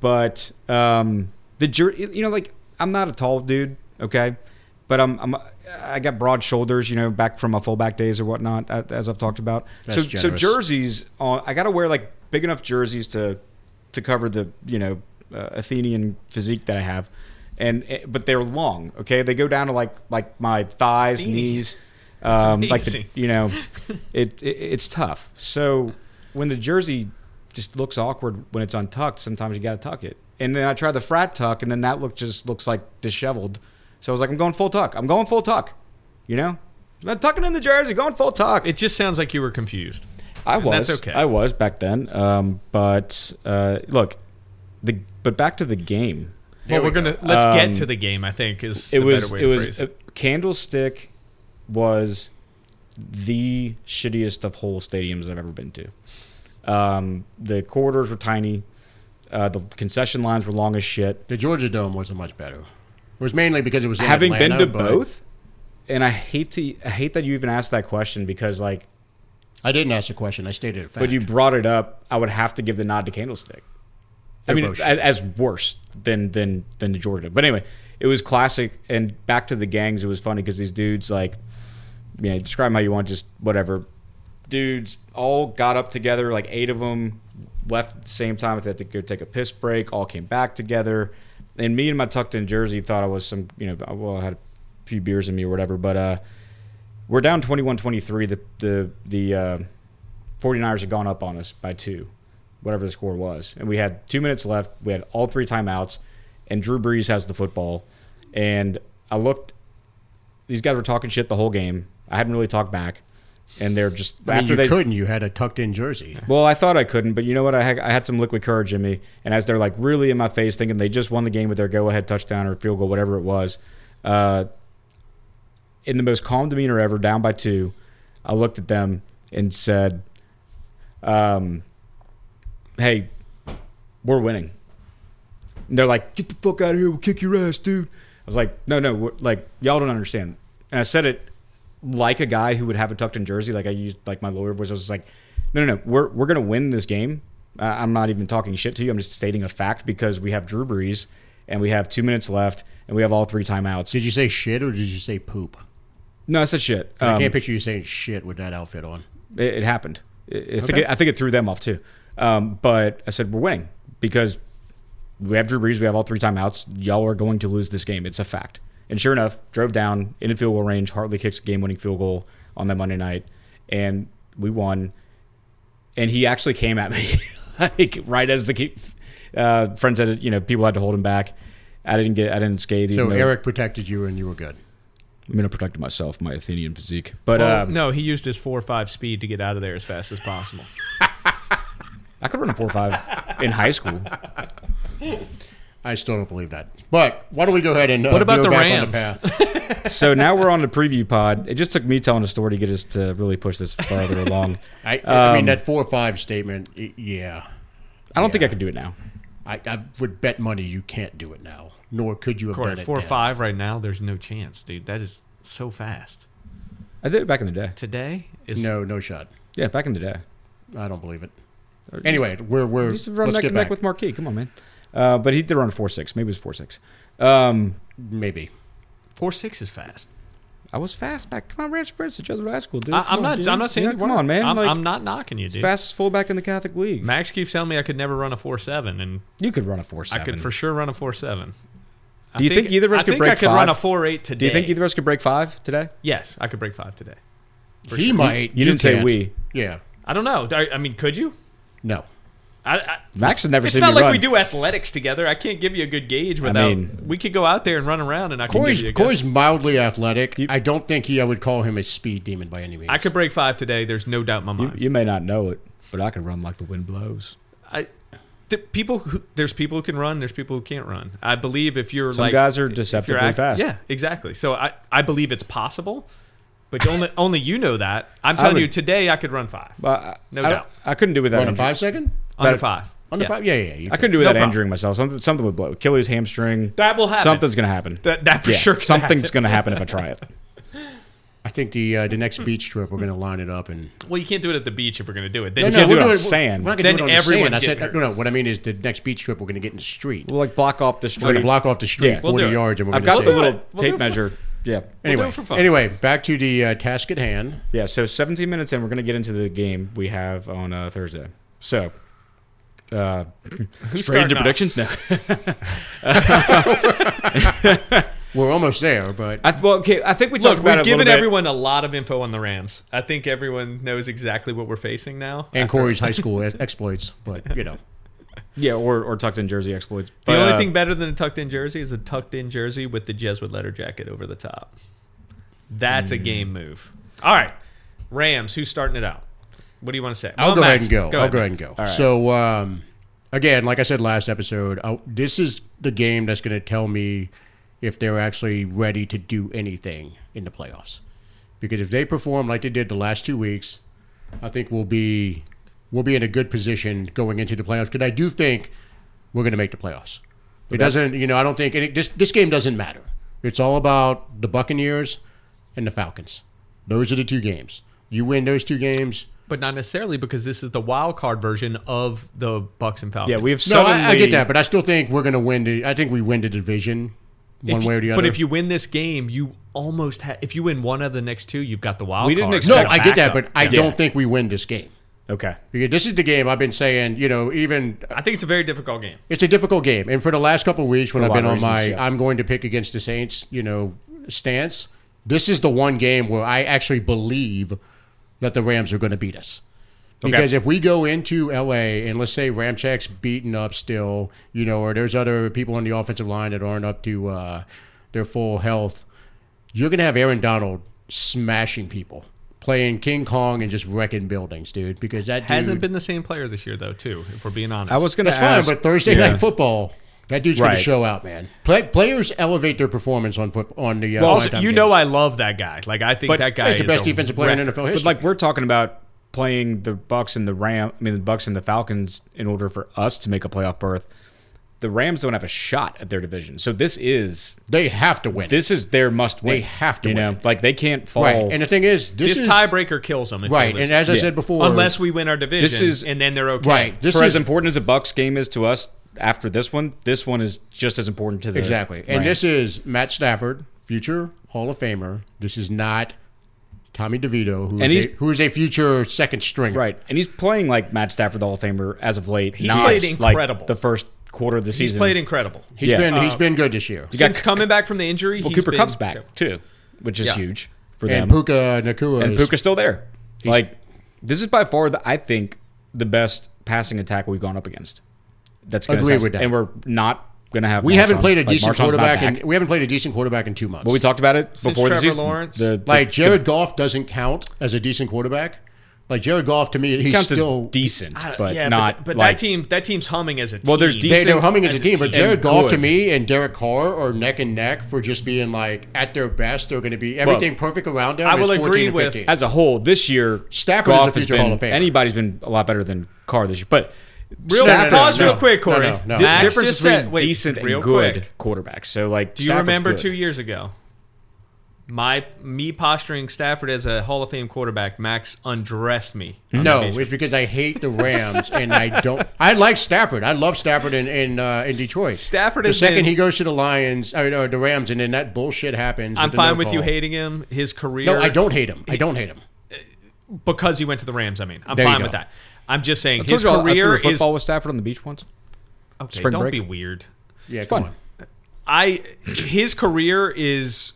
Speaker 2: But um, the jer- you know, like I'm not a tall dude, okay, but I'm, I'm I got broad shoulders, you know, back from my fullback days or whatnot, a- as I've talked about.
Speaker 3: That's
Speaker 2: so so
Speaker 3: generous.
Speaker 2: jerseys, on, I got to wear like big enough jerseys to to cover the you know uh, Athenian physique that I have, and eh, but they're long, okay, they go down to like like my thighs, knees. Um, like the,
Speaker 4: amazing.
Speaker 2: you know, it, it it's tough. So when the jersey just looks awkward when it's untucked, sometimes you got to tuck it. And then I tried the frat tuck, and then that look just looks like disheveled. So I was like, I'm going full tuck. I'm going full tuck. You know, I'm tucking in the jersey, going full tuck.
Speaker 4: It just sounds like you were confused.
Speaker 2: I was.
Speaker 4: that's okay.
Speaker 2: I was back then. Um, but uh, look, the but back to the game.
Speaker 4: Well, we're gonna let's get to the game. I think is
Speaker 2: Um, it
Speaker 4: the
Speaker 2: was
Speaker 4: better way
Speaker 2: it
Speaker 4: to
Speaker 2: was
Speaker 4: phrase
Speaker 2: uh,
Speaker 4: it.
Speaker 2: Candlestick was the shittiest of whole stadiums I've ever been to. Um, the corridors were tiny. Uh, the concession lines were long as shit.
Speaker 3: the Georgia Dome wasn't much better. It was mainly because it was in
Speaker 2: Having
Speaker 3: Atlanta,
Speaker 2: been to
Speaker 3: but-
Speaker 2: both, and I hate to I hate that you even asked that question because like,
Speaker 3: I didn't ask the question. I stated a fact.
Speaker 2: but you brought it up, I would have to give the nod to Candlestick. I
Speaker 3: They're
Speaker 2: mean,
Speaker 3: both
Speaker 2: as,
Speaker 3: shit.
Speaker 2: as worse than than than the Jordan. But anyway, it was classic. And back to the gangs, it was funny because these dudes, like, you know, describe 'em how you want, just whatever. Dudes all got up together, like eight of them left at the same time. They had to go take a piss break. All came back together, and me and my tucked-in jersey thought I was some, you know, well, I had a few beers in me or whatever. But uh, we're down 21-23. The the the uh, 49ers had gone up on us by two, whatever the score was. And we had two minutes left. We had all three timeouts, and Drew Brees has the football. And I looked, these guys were talking shit the whole game. I hadn't really talked back. And they're just,
Speaker 3: I mean,
Speaker 2: after
Speaker 3: you
Speaker 2: they.
Speaker 3: couldn't. You had a tucked in jersey.
Speaker 2: Well, I thought I couldn't, but you know what? I had, I had some liquid courage in me. And as they're like really in my face, thinking they just won the game with their go ahead touchdown or field goal, whatever it was, uh, in the most calm demeanor ever, down by two, I looked at them and said, um, Hey, we're winning. And they're like, Get the fuck out of here. We'll kick your ass, dude. I was like, No, no, we're, like, y'all don't understand. And I said it like a guy who would have a tucked in jersey. Like, I used, like, my lawyer voice. I was just like, No, no, no, we're, we're going to win this game. I I'm not even talking shit to you. I'm just stating a fact because we have Drew Brees and we have two minutes left and we have all three timeouts.
Speaker 3: Did you say shit or did you say poop?
Speaker 2: No, I said shit.
Speaker 3: I
Speaker 2: Um,
Speaker 3: can't picture you saying shit with that outfit on.
Speaker 2: it, it happened. I- I think
Speaker 3: Okay.
Speaker 2: it, I think it threw them off too. Um, but I said we're winning because we have Drew Brees, we have all three timeouts. Y'all are going to lose this game. It's a fact. And sure enough, drove down in the field goal range. Hartley kicks a game-winning field goal on that Monday night, and we won. And he actually came at me like right as the keep. Uh, friends said you know people had to hold him back. I didn't get I didn't skate.
Speaker 3: So
Speaker 2: even though-
Speaker 3: Eric protected you, and you were good.
Speaker 2: I'm gonna protect myself, my Athenian physique. But
Speaker 4: Well,
Speaker 2: um,
Speaker 4: no, he used his four or five speed to get out of there as fast as possible.
Speaker 2: I could run a four or five in high school.
Speaker 3: I still don't believe that. But why don't we go ahead and uh,
Speaker 4: What about
Speaker 3: veer
Speaker 4: the
Speaker 3: back on
Speaker 4: Rams?
Speaker 3: the path?
Speaker 2: So now we're on the preview pod. It just took me telling a story to get us to really push this farther along.
Speaker 3: I, I
Speaker 2: Um,
Speaker 3: mean, that four or five statement. y- Yeah,
Speaker 2: I don't think I could do it now.
Speaker 3: I, I would bet money you can't do it now, nor could you have
Speaker 4: Corey,
Speaker 3: done it.
Speaker 4: four or
Speaker 3: then.
Speaker 4: five right now, there's no chance, dude. That is so fast.
Speaker 2: I did it back in the day.
Speaker 4: Today is
Speaker 3: No, no shot.
Speaker 2: Yeah, back in the day.
Speaker 3: I don't believe it. Anyway, we're we're
Speaker 2: Just run
Speaker 3: let's
Speaker 2: neck
Speaker 3: get
Speaker 2: and neck
Speaker 3: back.
Speaker 2: with Marquis. Come on, man. Uh, but he did run a four six. Maybe it was four six. Um,
Speaker 3: Maybe
Speaker 4: four six is fast.
Speaker 2: I was fast back. Come on, Ranch Prince at Jesuit High School, dude.
Speaker 4: I,
Speaker 2: Come
Speaker 4: I'm
Speaker 2: on,
Speaker 4: not.
Speaker 2: dude.
Speaker 4: I'm not saying
Speaker 2: Yeah,
Speaker 4: you
Speaker 2: Come
Speaker 4: weren't.
Speaker 2: on, man.
Speaker 4: I'm,
Speaker 2: like
Speaker 4: I'm not knocking you, dude.
Speaker 2: fastest fullback in the Catholic League.
Speaker 4: Max keeps telling me I could never run a four seven, and
Speaker 2: You could run a four seven.
Speaker 4: I could for sure run a four seven.
Speaker 2: Do you think either of us
Speaker 4: I
Speaker 2: could
Speaker 4: think I
Speaker 2: break
Speaker 4: could run a
Speaker 2: five?
Speaker 4: four eight today.
Speaker 2: do you think either of us could break five today?
Speaker 4: Yes, I could break five today.
Speaker 3: he might.
Speaker 2: You, didn't say
Speaker 3: can't.
Speaker 2: we.
Speaker 3: Yeah.
Speaker 4: I don't know. I, I mean, could you?
Speaker 3: No.
Speaker 4: I, I,
Speaker 2: Max has never
Speaker 4: it's
Speaker 2: seen
Speaker 4: not
Speaker 2: me
Speaker 4: like
Speaker 2: run.
Speaker 4: we do athletics together. I can't give you a good gauge without.
Speaker 2: mean-
Speaker 4: we could go out there and run around, and I could give you a
Speaker 3: Corey's,
Speaker 4: good-
Speaker 3: Corey's mildly athletic.
Speaker 2: You-
Speaker 3: I don't think he. I would call him a speed demon by any means.
Speaker 4: I could break five today. There's no doubt in my
Speaker 2: You,
Speaker 4: mind.
Speaker 2: you may not know it, but I could run like the wind blows.
Speaker 4: I, the people who, there's people who can run. There's people who can't run. I believe if you're
Speaker 2: Some
Speaker 4: like
Speaker 2: guys are
Speaker 4: if you're
Speaker 2: deceptively
Speaker 4: act-
Speaker 2: fast.
Speaker 4: Yeah, exactly. So I, I believe it's possible, but only only you know that. I'm telling
Speaker 2: would-
Speaker 4: you today I could run five
Speaker 2: But I,
Speaker 4: No
Speaker 2: I,
Speaker 4: doubt.
Speaker 2: I couldn't do without
Speaker 3: on a
Speaker 2: injury.
Speaker 3: five second.
Speaker 4: under
Speaker 2: that-
Speaker 4: five.
Speaker 3: On the
Speaker 4: Yeah.
Speaker 3: five. Yeah, yeah. You
Speaker 2: I couldn't do
Speaker 4: No
Speaker 2: without
Speaker 4: problem.
Speaker 2: injuring myself. Something, something would blow. Achilles hamstring.
Speaker 4: That will happen.
Speaker 2: Something's gonna happen.
Speaker 4: That that for
Speaker 2: Yeah,
Speaker 4: sure. could
Speaker 2: something's
Speaker 4: happen.
Speaker 2: gonna happen if I try it.
Speaker 3: I think the uh, the next beach trip we're going to line it up and
Speaker 4: Well, you can't do it at the beach if we're gonna do it.
Speaker 2: no,
Speaker 4: Then
Speaker 2: can't
Speaker 3: we're
Speaker 2: do it on
Speaker 3: doing-
Speaker 2: sand.
Speaker 3: We're not going
Speaker 4: Then
Speaker 3: to do it on the
Speaker 4: everyone's
Speaker 3: sand. I said
Speaker 4: getting hurt.
Speaker 3: no, no. What I mean is the next beach trip we're going to get in the street.
Speaker 2: We'll like block off the
Speaker 3: We're going
Speaker 2: street.
Speaker 3: to block off the street
Speaker 2: Yeah. We'll
Speaker 4: do
Speaker 3: 40
Speaker 4: it.
Speaker 3: yards and we're
Speaker 2: I've
Speaker 3: going
Speaker 2: got the
Speaker 3: to
Speaker 4: do
Speaker 2: little
Speaker 4: it. We'll do it
Speaker 2: tape
Speaker 4: for-
Speaker 2: measure. Yeah.
Speaker 4: do
Speaker 3: anyway.
Speaker 4: it for fun.
Speaker 3: Anyway, back to the uh, task at hand.
Speaker 2: Yeah. So 17 minutes in, we're gonna get into the game we have on uh, Thursday. So. Uh,
Speaker 4: Who's
Speaker 2: straight into
Speaker 4: starting off?
Speaker 2: predictions now.
Speaker 3: We're almost there, but
Speaker 2: I, well, okay, I think we talked
Speaker 4: Look,
Speaker 2: about
Speaker 4: we've
Speaker 2: it a little
Speaker 4: given
Speaker 2: bit.
Speaker 4: everyone a lot of info on the Rams. I think everyone knows exactly what we're facing now.
Speaker 3: and Corey's high school ex- exploits. But you know,
Speaker 2: yeah, or, or tucked in jersey exploits.
Speaker 4: The
Speaker 2: But,
Speaker 4: only
Speaker 2: uh,
Speaker 4: thing better than a tucked in jersey is a tucked in jersey with the Jesuit letter jacket over the top. That's a game move. All right. Rams, who's starting it out? What do you want to say?
Speaker 3: I'll
Speaker 4: Well,
Speaker 3: go ahead
Speaker 4: Max,
Speaker 3: and go. I'll go ahead and go. So um, again, like I said last episode, I, this is the game that's going to tell me if they're actually ready to do anything in the playoffs. Because if they perform like they did the last two weeks, I think we'll be we'll be in a good position going into the playoffs. Because I do think we're going to make the playoffs. It doesn't, you know, I don't think any, this this game doesn't matter. It's all about the Buccaneers and the Falcons. Those are the two games. You win those two games,
Speaker 4: But not necessarily because this is the wild card version of the Bucks and Falcons.
Speaker 2: yeah, we have
Speaker 3: No,
Speaker 2: suddenly.
Speaker 3: I, I get that, but I still think we're going to win. The, I think we win the division one
Speaker 4: If you-
Speaker 3: way or the other.
Speaker 4: But if you win this game, you almost have. If you win one of the next two, you've got the wild
Speaker 2: We didn't
Speaker 4: card.
Speaker 2: expect-
Speaker 3: no,
Speaker 2: Like a
Speaker 3: I get that,
Speaker 4: backup.
Speaker 3: but I
Speaker 4: Yeah.
Speaker 3: don't think we win this game.
Speaker 2: Okay.
Speaker 3: Because this is the game I've been saying. You know, even
Speaker 4: I think it's a very difficult game.
Speaker 3: it's a difficult game, and for the last couple of weeks when
Speaker 2: For a lot
Speaker 3: I've been
Speaker 2: of
Speaker 3: on my
Speaker 2: reasons, yeah.
Speaker 3: I'm going to pick against the Saints, you know, stance, this is the one game where I actually believe that the Rams are going to beat us. Because if we go into LA and let's say Ramchak's beaten up still, you know, or there's other people on the offensive line that aren't up to uh, their full health, you're going to have Aaron Donald smashing people, playing King Kong and just wrecking buildings, dude. Because that
Speaker 4: Hasn't
Speaker 3: dude,
Speaker 4: been the same player this year, though, too, if we're being honest.
Speaker 2: I was going to
Speaker 3: that's
Speaker 2: ask.
Speaker 3: fine, but Thursday
Speaker 2: Yeah.
Speaker 3: night football, that dude's going
Speaker 2: Right.
Speaker 3: to show out, man. Play, players elevate their performance on foot, on the. Uh,
Speaker 4: Also,
Speaker 3: primetime
Speaker 4: you know,
Speaker 3: games.
Speaker 4: I love that guy. Like, I think
Speaker 2: But
Speaker 4: that guy
Speaker 3: he's the
Speaker 4: is
Speaker 3: best
Speaker 4: a
Speaker 3: defensive player in
Speaker 4: wrecker.
Speaker 3: NFL
Speaker 2: But
Speaker 3: history.
Speaker 2: like we're talking about playing the Bucks and the Ram. I mean the Bucks and the Falcons in order for us to make a playoff berth. The Rams don't have a shot at their division, so this is
Speaker 3: they have to win.
Speaker 2: this is their must win.
Speaker 3: They have to
Speaker 2: you know,
Speaker 3: win.
Speaker 2: like they can't fall.
Speaker 3: right, and uh, the thing is, this,
Speaker 4: This
Speaker 3: is
Speaker 4: tiebreaker kills them. If
Speaker 3: right,
Speaker 4: they lose.
Speaker 3: and as I
Speaker 2: Yeah.
Speaker 3: said before,
Speaker 4: unless we win our division,
Speaker 2: This is-
Speaker 4: and then they're okay.
Speaker 3: right, this
Speaker 2: for
Speaker 3: is
Speaker 2: as important as a Bucks game is to us after this one, this one is just as important to the
Speaker 3: exactly, and
Speaker 2: Rams.
Speaker 3: this is Matt Stafford, future Hall of Famer. This is not Tommy DeVito, who
Speaker 2: And
Speaker 3: is a,
Speaker 2: he's-
Speaker 3: who is a future second stringer.
Speaker 2: right, and he's playing like Matt Stafford, the Hall of Famer, as of late. He's
Speaker 4: played incredible.
Speaker 2: Like, the first quarter of the
Speaker 4: He's
Speaker 2: season.
Speaker 4: played incredible.
Speaker 3: He's
Speaker 2: Yeah. Uh,
Speaker 3: been he's been good this year,
Speaker 2: got
Speaker 4: Since coming back from the injury,
Speaker 2: well,
Speaker 4: he's
Speaker 2: Cooper
Speaker 4: been-
Speaker 2: Cup's back too, which is
Speaker 4: Yeah.
Speaker 2: huge for them.
Speaker 3: and Puka Nakua
Speaker 2: and
Speaker 3: is-
Speaker 2: Puka's still there. Like this is by far the I think the best passing attack we've gone up against. That's going to
Speaker 3: Agree
Speaker 2: suck.
Speaker 3: with that.
Speaker 2: And we're not going to have.
Speaker 3: We haven't
Speaker 2: Marshawn.
Speaker 3: played a
Speaker 2: Like,
Speaker 3: decent
Speaker 2: Marshawn's not
Speaker 3: quarterback,
Speaker 2: back.
Speaker 3: in, we haven't played a decent quarterback in two months.
Speaker 2: But we talked about it before the
Speaker 4: Trevor
Speaker 2: season.
Speaker 4: Lawrence.
Speaker 2: The- the-
Speaker 3: like Jared Goff doesn't count as a decent quarterback. Like Jared Goff to me, he's
Speaker 2: counts
Speaker 3: still
Speaker 2: as decent,
Speaker 4: I don't-
Speaker 2: but
Speaker 4: yeah,
Speaker 2: not.
Speaker 4: But, but
Speaker 2: like,
Speaker 4: that team, that team's humming as a team.
Speaker 2: Well, there's
Speaker 3: they,
Speaker 2: decent
Speaker 3: they're humming as,
Speaker 4: as
Speaker 3: a
Speaker 4: a
Speaker 3: team, but
Speaker 4: team.
Speaker 3: Jared
Speaker 2: And
Speaker 3: Goff to
Speaker 2: good.
Speaker 3: me and Derek Carr are neck and neck for just being like at their best. They're going to be everything perfect around them.
Speaker 4: I
Speaker 3: is
Speaker 4: will
Speaker 3: 14
Speaker 4: agree
Speaker 3: and
Speaker 4: with-
Speaker 3: 15.
Speaker 2: as a whole this year,
Speaker 3: Stafford is a
Speaker 2: Goff has
Speaker 3: future
Speaker 2: been-
Speaker 3: Hall of Famer.
Speaker 2: Anybody's been a lot better than Carr this year, but
Speaker 4: Real
Speaker 3: No, no, no,
Speaker 4: pause
Speaker 3: no,
Speaker 4: real
Speaker 3: no.
Speaker 4: quick,
Speaker 3: No, no,
Speaker 4: Corey.
Speaker 3: no.
Speaker 2: the
Speaker 3: Max
Speaker 2: difference
Speaker 4: just
Speaker 2: between
Speaker 4: said- wait,
Speaker 2: decent and
Speaker 4: real
Speaker 2: good
Speaker 4: quick.
Speaker 2: quarterbacks. So like,
Speaker 4: Do you
Speaker 2: Stafford's
Speaker 4: remember
Speaker 2: good.
Speaker 4: two years ago? My me posturing Stafford as a Hall of Fame quarterback, Max undressed me. on
Speaker 3: no,
Speaker 4: occasion.
Speaker 3: it's because I hate the Rams and I don't. I like Stafford. I love Stafford in in, uh, in Detroit.
Speaker 4: Stafford
Speaker 3: The
Speaker 4: has
Speaker 3: second
Speaker 4: been-
Speaker 3: he goes to the Lions or, or the Rams, and then that bullshit happens.
Speaker 4: I'm
Speaker 3: the
Speaker 4: fine
Speaker 3: no
Speaker 4: with you
Speaker 3: call.
Speaker 4: hating him. His career,
Speaker 3: No, I don't hate him. I don't hate him.
Speaker 4: because he went to the Rams. I mean, I'm
Speaker 3: There you
Speaker 4: fine
Speaker 3: go.
Speaker 4: with that. I'm just saying
Speaker 2: I told
Speaker 4: his
Speaker 2: you I- I threw
Speaker 4: career
Speaker 2: a
Speaker 4: is
Speaker 2: football with Stafford on the beach once.
Speaker 4: okay.
Speaker 2: spring
Speaker 4: Don't
Speaker 2: break.
Speaker 4: be weird.
Speaker 3: Yeah,
Speaker 2: It's
Speaker 3: come
Speaker 2: fun.
Speaker 3: on.
Speaker 4: I his career is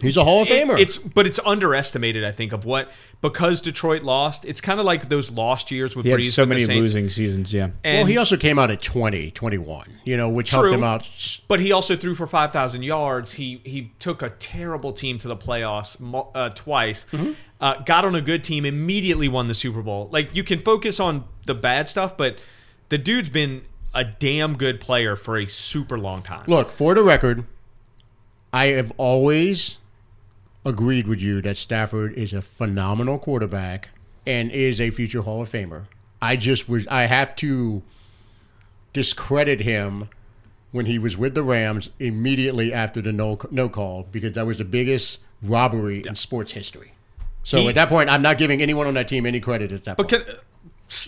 Speaker 3: He's a Hall of
Speaker 4: It-
Speaker 3: Famer.
Speaker 4: it's but it's underestimated, I think, of what because Detroit lost. It's kind of like those lost years with
Speaker 2: He had
Speaker 4: Breeze
Speaker 2: so
Speaker 4: with
Speaker 2: many
Speaker 4: the Saints.
Speaker 2: losing seasons. Yeah,
Speaker 4: And,
Speaker 3: well, he also came out at 20, 21, you know, which helped
Speaker 4: True.
Speaker 3: him out. s-
Speaker 4: but he also threw for five thousand yards. He he took a terrible team to the playoffs mo- uh, twice.
Speaker 2: Mm-hmm.
Speaker 4: Uh, got on a good team, immediately won the Super Bowl. Like you can focus on the bad stuff, but the dude's been a damn good player for a super long time.
Speaker 3: Look, for the record, I have always agreed with you that Stafford is a phenomenal quarterback and is a future Hall of Famer. I just was I have to discredit him when he was with the Rams immediately after the no no call because that was the biggest robbery in sports history. So
Speaker 4: He-
Speaker 3: at that point, I'm not giving anyone on that team any credit at that
Speaker 4: But
Speaker 3: point.
Speaker 4: can,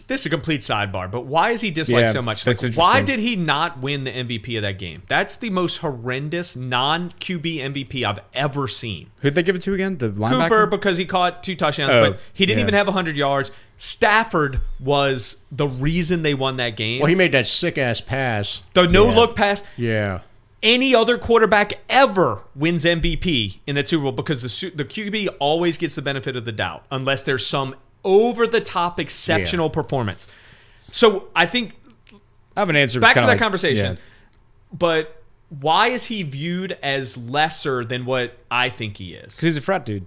Speaker 4: this is a complete sidebar. But why is he disliked
Speaker 2: Yeah,
Speaker 4: so much?
Speaker 2: that's
Speaker 4: Like, why
Speaker 2: interesting.
Speaker 4: did he not win the MVP of that game? That's the most horrendous non QB MVP I've ever seen.
Speaker 2: who'd they give it to again? The linebacker.
Speaker 4: Cooper because he caught two touchdowns,
Speaker 2: Oh,
Speaker 4: but he didn't
Speaker 2: yeah.
Speaker 4: even have 100 yards. Stafford was the reason they won that game.
Speaker 3: well, he made that sick ass pass.
Speaker 4: the no
Speaker 3: Yeah.
Speaker 4: look pass.
Speaker 3: Yeah.
Speaker 4: Any other quarterback ever wins MVP in that Super Bowl because the su- the QB always gets the benefit of the doubt unless there's some over the top exceptional performance. So I think
Speaker 2: I have an answer.
Speaker 4: back to
Speaker 2: It's
Speaker 4: that
Speaker 2: kinda like-
Speaker 4: conversation.
Speaker 2: yeah.
Speaker 4: But why is he viewed as lesser than what I think he is?
Speaker 2: Because he's a frat dude.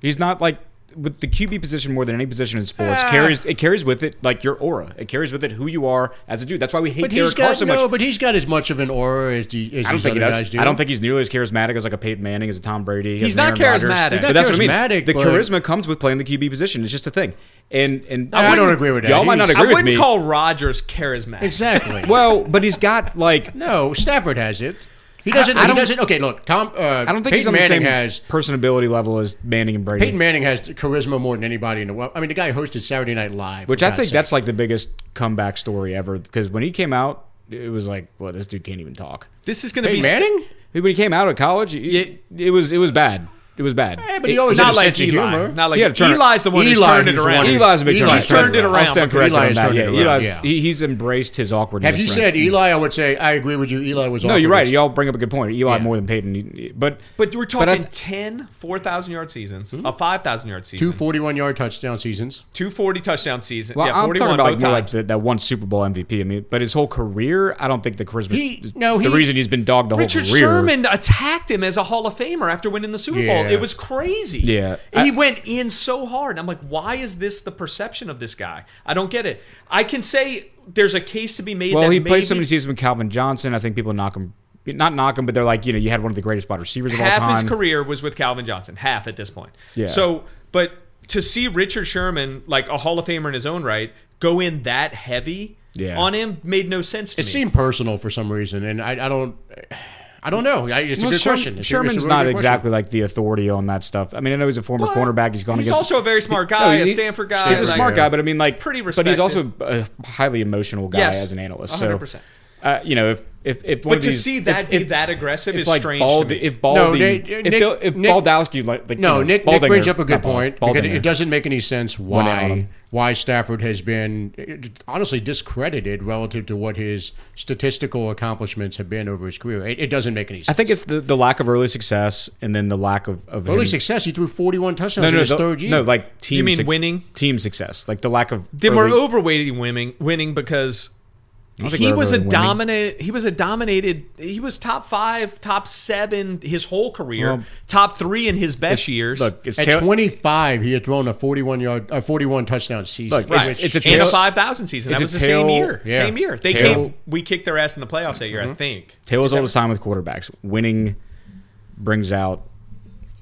Speaker 2: He's not like with the QB position more than any position in sports
Speaker 4: Ah.
Speaker 2: carries it carries with it like your aura. It carries with it who you are as a dude. That's why we hate
Speaker 3: But he's
Speaker 2: Derek
Speaker 3: got
Speaker 2: Carr so
Speaker 3: no,
Speaker 2: much.
Speaker 3: but he's got as much of an aura as, the, as
Speaker 2: I don't
Speaker 3: these
Speaker 2: think he
Speaker 3: other
Speaker 2: does.
Speaker 3: guys do.
Speaker 2: I don't think he's nearly as charismatic as like a Peyton Manning as a Tom Brady.
Speaker 4: He's
Speaker 2: as an
Speaker 4: not
Speaker 2: Aaron Rodgers.
Speaker 4: charismatic. He's not
Speaker 2: But that's what I mean.
Speaker 3: charismatic,
Speaker 2: The
Speaker 3: but-
Speaker 2: charisma comes with playing the QB position. It's just a thing. And and
Speaker 3: I don't agree with that.
Speaker 2: Y'all might not
Speaker 3: He's-
Speaker 2: agree
Speaker 4: I
Speaker 2: with
Speaker 4: wouldn't
Speaker 2: me.
Speaker 4: call Rodgers charismatic.
Speaker 3: exactly.
Speaker 2: well, but he's got like
Speaker 3: no, Stafford has it. He doesn't.
Speaker 2: I
Speaker 3: he
Speaker 2: don't-
Speaker 3: doesn't. Okay, look, Tom. Uh,
Speaker 2: I don't think
Speaker 3: Peyton
Speaker 2: he's on
Speaker 3: Manning
Speaker 2: the same
Speaker 3: has.
Speaker 2: personability level as Manning and Brady.
Speaker 3: Peyton Manning has charisma more than anybody in the world. I mean, the guy hosted Saturday Night Live,
Speaker 2: Which
Speaker 3: for
Speaker 2: I
Speaker 3: God's
Speaker 2: think
Speaker 3: sake.
Speaker 2: that's like the biggest comeback story ever. Because when he came out, it was like, well, this dude can't even talk.
Speaker 4: This is going to be
Speaker 3: Peyton Manning.
Speaker 2: When he came out of college, it, it was it was bad. It was bad.
Speaker 3: Yeah, but he always had
Speaker 4: not
Speaker 3: a
Speaker 4: like
Speaker 3: sense of
Speaker 4: Eli.
Speaker 3: humor.
Speaker 4: Not like
Speaker 2: He had to turn it-
Speaker 4: Eli's the one who's
Speaker 3: Eli
Speaker 4: turned
Speaker 3: is
Speaker 4: it
Speaker 3: the
Speaker 4: around.
Speaker 3: one who-
Speaker 2: Eli's a big
Speaker 3: Eli's
Speaker 2: turnaround.
Speaker 3: turned it
Speaker 4: around
Speaker 2: I'll stand
Speaker 4: because
Speaker 2: corrected
Speaker 3: Eli's
Speaker 2: on that.
Speaker 3: turned it
Speaker 2: Yeah,
Speaker 3: around,
Speaker 2: Eli's,
Speaker 3: yeah.
Speaker 2: he, he's embraced his awkwardness.
Speaker 3: Have you
Speaker 2: right?
Speaker 3: said Eli? I would say I agree with you. Eli was.
Speaker 2: No,
Speaker 3: awkward.
Speaker 2: you're right. Y'all bring up a good point. Eli
Speaker 3: Yeah.
Speaker 2: more than Peyton, but
Speaker 4: But we're
Speaker 2: I
Speaker 4: talking
Speaker 2: th-
Speaker 4: 10 4,000 yard seasons, a 5,000 yard season,
Speaker 3: Hmm? Two 41 yard touchdown seasons.
Speaker 4: 240 touchdown season.
Speaker 2: well,
Speaker 4: yeah,
Speaker 2: I'm
Speaker 4: 41
Speaker 2: talking about like,
Speaker 4: both
Speaker 2: more like
Speaker 4: times.
Speaker 2: the, that one Super Bowl MVP. I mean, but his whole career, I don't think the charisma.
Speaker 3: He- no,
Speaker 2: the
Speaker 3: he-
Speaker 2: reason he's been dogged the
Speaker 4: Richard
Speaker 2: whole career.
Speaker 4: Sherman attacked him as a Hall of Famer after winning the Super
Speaker 3: Yeah.
Speaker 4: Bowl. It was crazy.
Speaker 2: Yeah.
Speaker 4: He
Speaker 2: I-
Speaker 4: went in so hard. I'm like, why is this the perception of this guy? I don't get it. I can say there's a case to be made
Speaker 2: Well,
Speaker 4: that
Speaker 2: he
Speaker 4: maybe
Speaker 2: played so many seasons with Calvin Johnson. I think people knock him, not knock him, but they're like, you know, you had one of the greatest wide receivers of all
Speaker 4: half
Speaker 2: time.
Speaker 4: his career was with Calvin Johnson. Half at this point.
Speaker 2: Yeah.
Speaker 4: So, but to see Richard Sherman, like a Hall of Famer in his own right, go in that heavy
Speaker 2: Yeah.
Speaker 4: on him made no sense to
Speaker 3: It
Speaker 4: me.
Speaker 3: seemed personal for some reason, and I, I don't. I don't know. I- It's a
Speaker 2: Well,
Speaker 3: good
Speaker 2: Sher-
Speaker 3: question. It's a-
Speaker 2: Sherman's
Speaker 3: it's a really
Speaker 2: not
Speaker 3: good question.
Speaker 2: exactly like the authority on that stuff. I mean, I know he's a former
Speaker 4: But
Speaker 2: cornerback. He's gone
Speaker 4: he's
Speaker 2: against.
Speaker 4: also a very smart
Speaker 2: No,
Speaker 4: guy,
Speaker 2: he's-
Speaker 4: a Stanford guy.
Speaker 2: He's a
Speaker 4: like-
Speaker 2: smart guy, but I mean, like,
Speaker 4: Pretty
Speaker 2: But he's also a highly emotional guy
Speaker 4: Yes,
Speaker 2: as an analyst.
Speaker 4: 100%.
Speaker 2: So, uh, you know, if if if one
Speaker 4: But
Speaker 2: of
Speaker 4: to
Speaker 2: these-
Speaker 4: see
Speaker 2: if-
Speaker 4: that
Speaker 2: if,
Speaker 4: be that aggressive
Speaker 2: if
Speaker 4: is
Speaker 2: like
Speaker 4: strange.
Speaker 2: Baldi,
Speaker 4: to me.
Speaker 2: if Baldi,
Speaker 3: they-
Speaker 2: if,
Speaker 3: Nick-
Speaker 2: Bill- if
Speaker 3: Nick-
Speaker 2: Baldowski, like, like you
Speaker 3: No,
Speaker 2: know,
Speaker 3: Nick, Nick
Speaker 2: Baldinger-
Speaker 3: brings up a good
Speaker 2: not Bald-
Speaker 3: point because it,
Speaker 2: Baldinger.
Speaker 3: it doesn't make any sense
Speaker 2: out on
Speaker 3: why
Speaker 2: him.
Speaker 3: why Stafford has been eh, honestly discredited relative to what his statistical accomplishments have been over his career. It, it doesn't make any sense.
Speaker 2: I think it's the, the lack of early success and then the lack of, of
Speaker 3: early
Speaker 2: him-
Speaker 3: success. He threw forty-one touchdowns
Speaker 2: Mm. No,
Speaker 3: in
Speaker 2: no,
Speaker 3: his
Speaker 2: the-
Speaker 3: third year.
Speaker 2: no, like team.
Speaker 4: mean
Speaker 2: suc-
Speaker 4: winning?
Speaker 2: team success, like the lack of.
Speaker 4: then
Speaker 2: early-
Speaker 4: we're overweighting winning, winning because
Speaker 2: don't think
Speaker 4: He
Speaker 2: we're
Speaker 4: was
Speaker 2: ever
Speaker 4: a
Speaker 2: winning.
Speaker 4: dominant. He was a dominated. He was top five, top seven his whole career.
Speaker 2: Well,
Speaker 4: top three in his best years.
Speaker 2: Look, it's
Speaker 3: At
Speaker 2: Taylor,
Speaker 3: 25, he had thrown a 41 yard, a 41 touchdown season.
Speaker 2: Look, it's-
Speaker 3: which-
Speaker 2: it's a
Speaker 4: and
Speaker 2: tail-
Speaker 4: a five thousand season. That
Speaker 2: it's
Speaker 4: was
Speaker 2: a
Speaker 4: the same
Speaker 2: tail-
Speaker 4: year.
Speaker 3: yeah.
Speaker 4: Same year. They
Speaker 2: Tail- Mm-hmm.
Speaker 4: came. We kicked their ass in the playoffs that year. I think.
Speaker 2: Taylor's all the time with quarterbacks. Winning brings out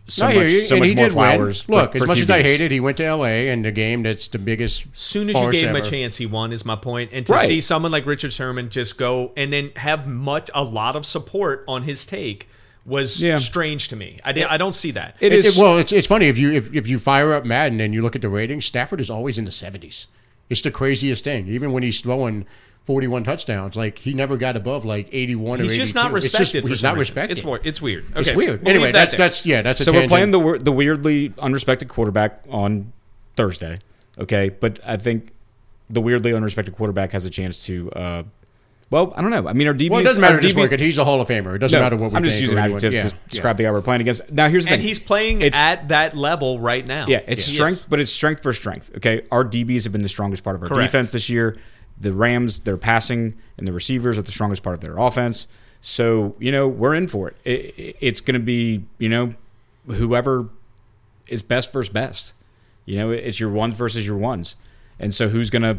Speaker 2: so much,
Speaker 3: I hear you,
Speaker 2: so
Speaker 3: and
Speaker 2: much
Speaker 3: he
Speaker 2: more
Speaker 3: did win.
Speaker 2: flowers. for-
Speaker 3: Look,
Speaker 2: for
Speaker 3: as much as I
Speaker 2: QBs.
Speaker 3: hate it, he went to L.A. and the game that's the biggest.
Speaker 4: Soon as you
Speaker 3: farce
Speaker 4: gave him a
Speaker 3: ever.
Speaker 4: chance, he won. Is my point. And to
Speaker 2: Right.
Speaker 4: see someone like Richard Sherman just go and then have much a lot of support on his take was
Speaker 2: Yeah.
Speaker 4: strange to me. I did, I don't see that.
Speaker 2: It
Speaker 3: It-
Speaker 2: is
Speaker 3: it- well, it's, it's funny if you if, if you fire up Madden and you look at the ratings, Stafford is always in the seventies. It's the craziest thing. Even when he's throwing forty one touchdowns, like he never got above like eighty one or
Speaker 4: He's
Speaker 3: 82.
Speaker 4: just not
Speaker 3: It's
Speaker 4: respected. for
Speaker 3: he's
Speaker 4: some
Speaker 3: not
Speaker 4: reason.
Speaker 3: respected.
Speaker 4: It's, more, it's weird. Okay.
Speaker 3: It's weird.
Speaker 4: we'll leave
Speaker 3: anyway,
Speaker 4: that
Speaker 3: that's
Speaker 4: there.
Speaker 3: that's yeah. That's a
Speaker 2: so we're
Speaker 3: tangent.
Speaker 2: playing the wor- the weirdly unrespected quarterback on Thursday. Okay, but I think the weirdly unrespected quarterback has a chance to. Uh, well, I don't know. I mean, our DBs.
Speaker 3: Well, it doesn't
Speaker 2: our
Speaker 3: matter this
Speaker 2: DBs
Speaker 3: market. He's a Hall of Famer. It doesn't
Speaker 2: no,
Speaker 3: matter what we
Speaker 2: I'm just
Speaker 3: think
Speaker 2: using
Speaker 3: or anyone-
Speaker 2: adjectives
Speaker 3: yeah,
Speaker 2: to
Speaker 3: yeah.
Speaker 2: describe the guy we're playing against. Now, here's the
Speaker 4: and
Speaker 2: thing.
Speaker 4: he's playing
Speaker 2: It's-
Speaker 4: at that level right now.
Speaker 2: Yeah, it's
Speaker 4: Yes.
Speaker 2: strength, but it's strength for strength. Okay, our DBs have been the strongest part of our
Speaker 4: Correct.
Speaker 2: defense this year. The Rams, their passing and the receivers are the strongest part of their offense. So you know we're in for it. it, it- it's going to be you know whoever is best versus best. You know it's your ones versus your ones, and so who's gonna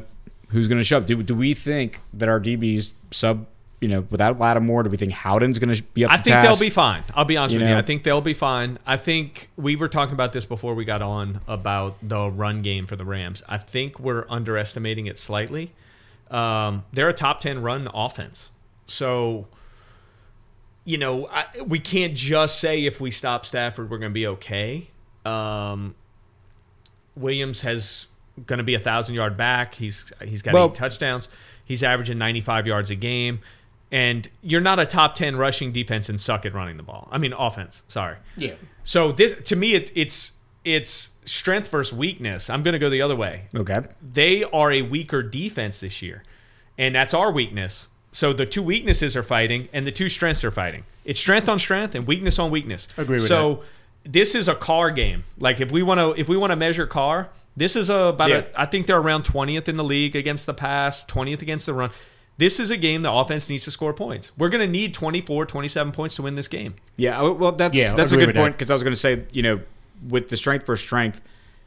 Speaker 2: who's gonna shove? Do, do we think that our DBs sub? You know, without Lattimore, do we think Howden's going to be up?
Speaker 4: I
Speaker 2: to
Speaker 4: think
Speaker 2: task?
Speaker 4: they'll be fine. I'll be honest
Speaker 2: You
Speaker 4: with you.
Speaker 2: know?
Speaker 4: I think they'll be fine. I think we were talking about this before we got on about the run game for the Rams. I think we're underestimating it slightly. Um, they're a top 10 run offense. So, you know, I, we can't just say if we stop Stafford, we're going to be okay. Um, Williams has going to be a thousand yard back. He's he's got
Speaker 2: Well-
Speaker 4: eight touchdowns. He's averaging ninety five yards a game, and you're not a top ten rushing defense and suck at running the ball. I mean offense. Sorry.
Speaker 3: Yeah.
Speaker 4: So this to me it, it's it's strength versus weakness. I'm going to go the other way.
Speaker 2: okay.
Speaker 4: They are a weaker defense this year, and that's our weakness. So the two weaknesses are fighting, and the two strengths are fighting. It's strength on strength and weakness on weakness.
Speaker 3: Agree with
Speaker 4: so this is a car game. Like if we want to, if we want to measure car, this is a, about.
Speaker 2: Yeah.
Speaker 4: A, I think they're around twentieth in the league against the pass, twentieth against the run. This is a game the offense needs to score points. We're going to need 24, 27 points to win this game.
Speaker 2: Yeah, I- well, that's
Speaker 3: Yeah, I
Speaker 2: that's a
Speaker 3: agree
Speaker 2: good
Speaker 3: with
Speaker 2: point
Speaker 3: that.
Speaker 2: because I was going to say, you know, with the strength for strength,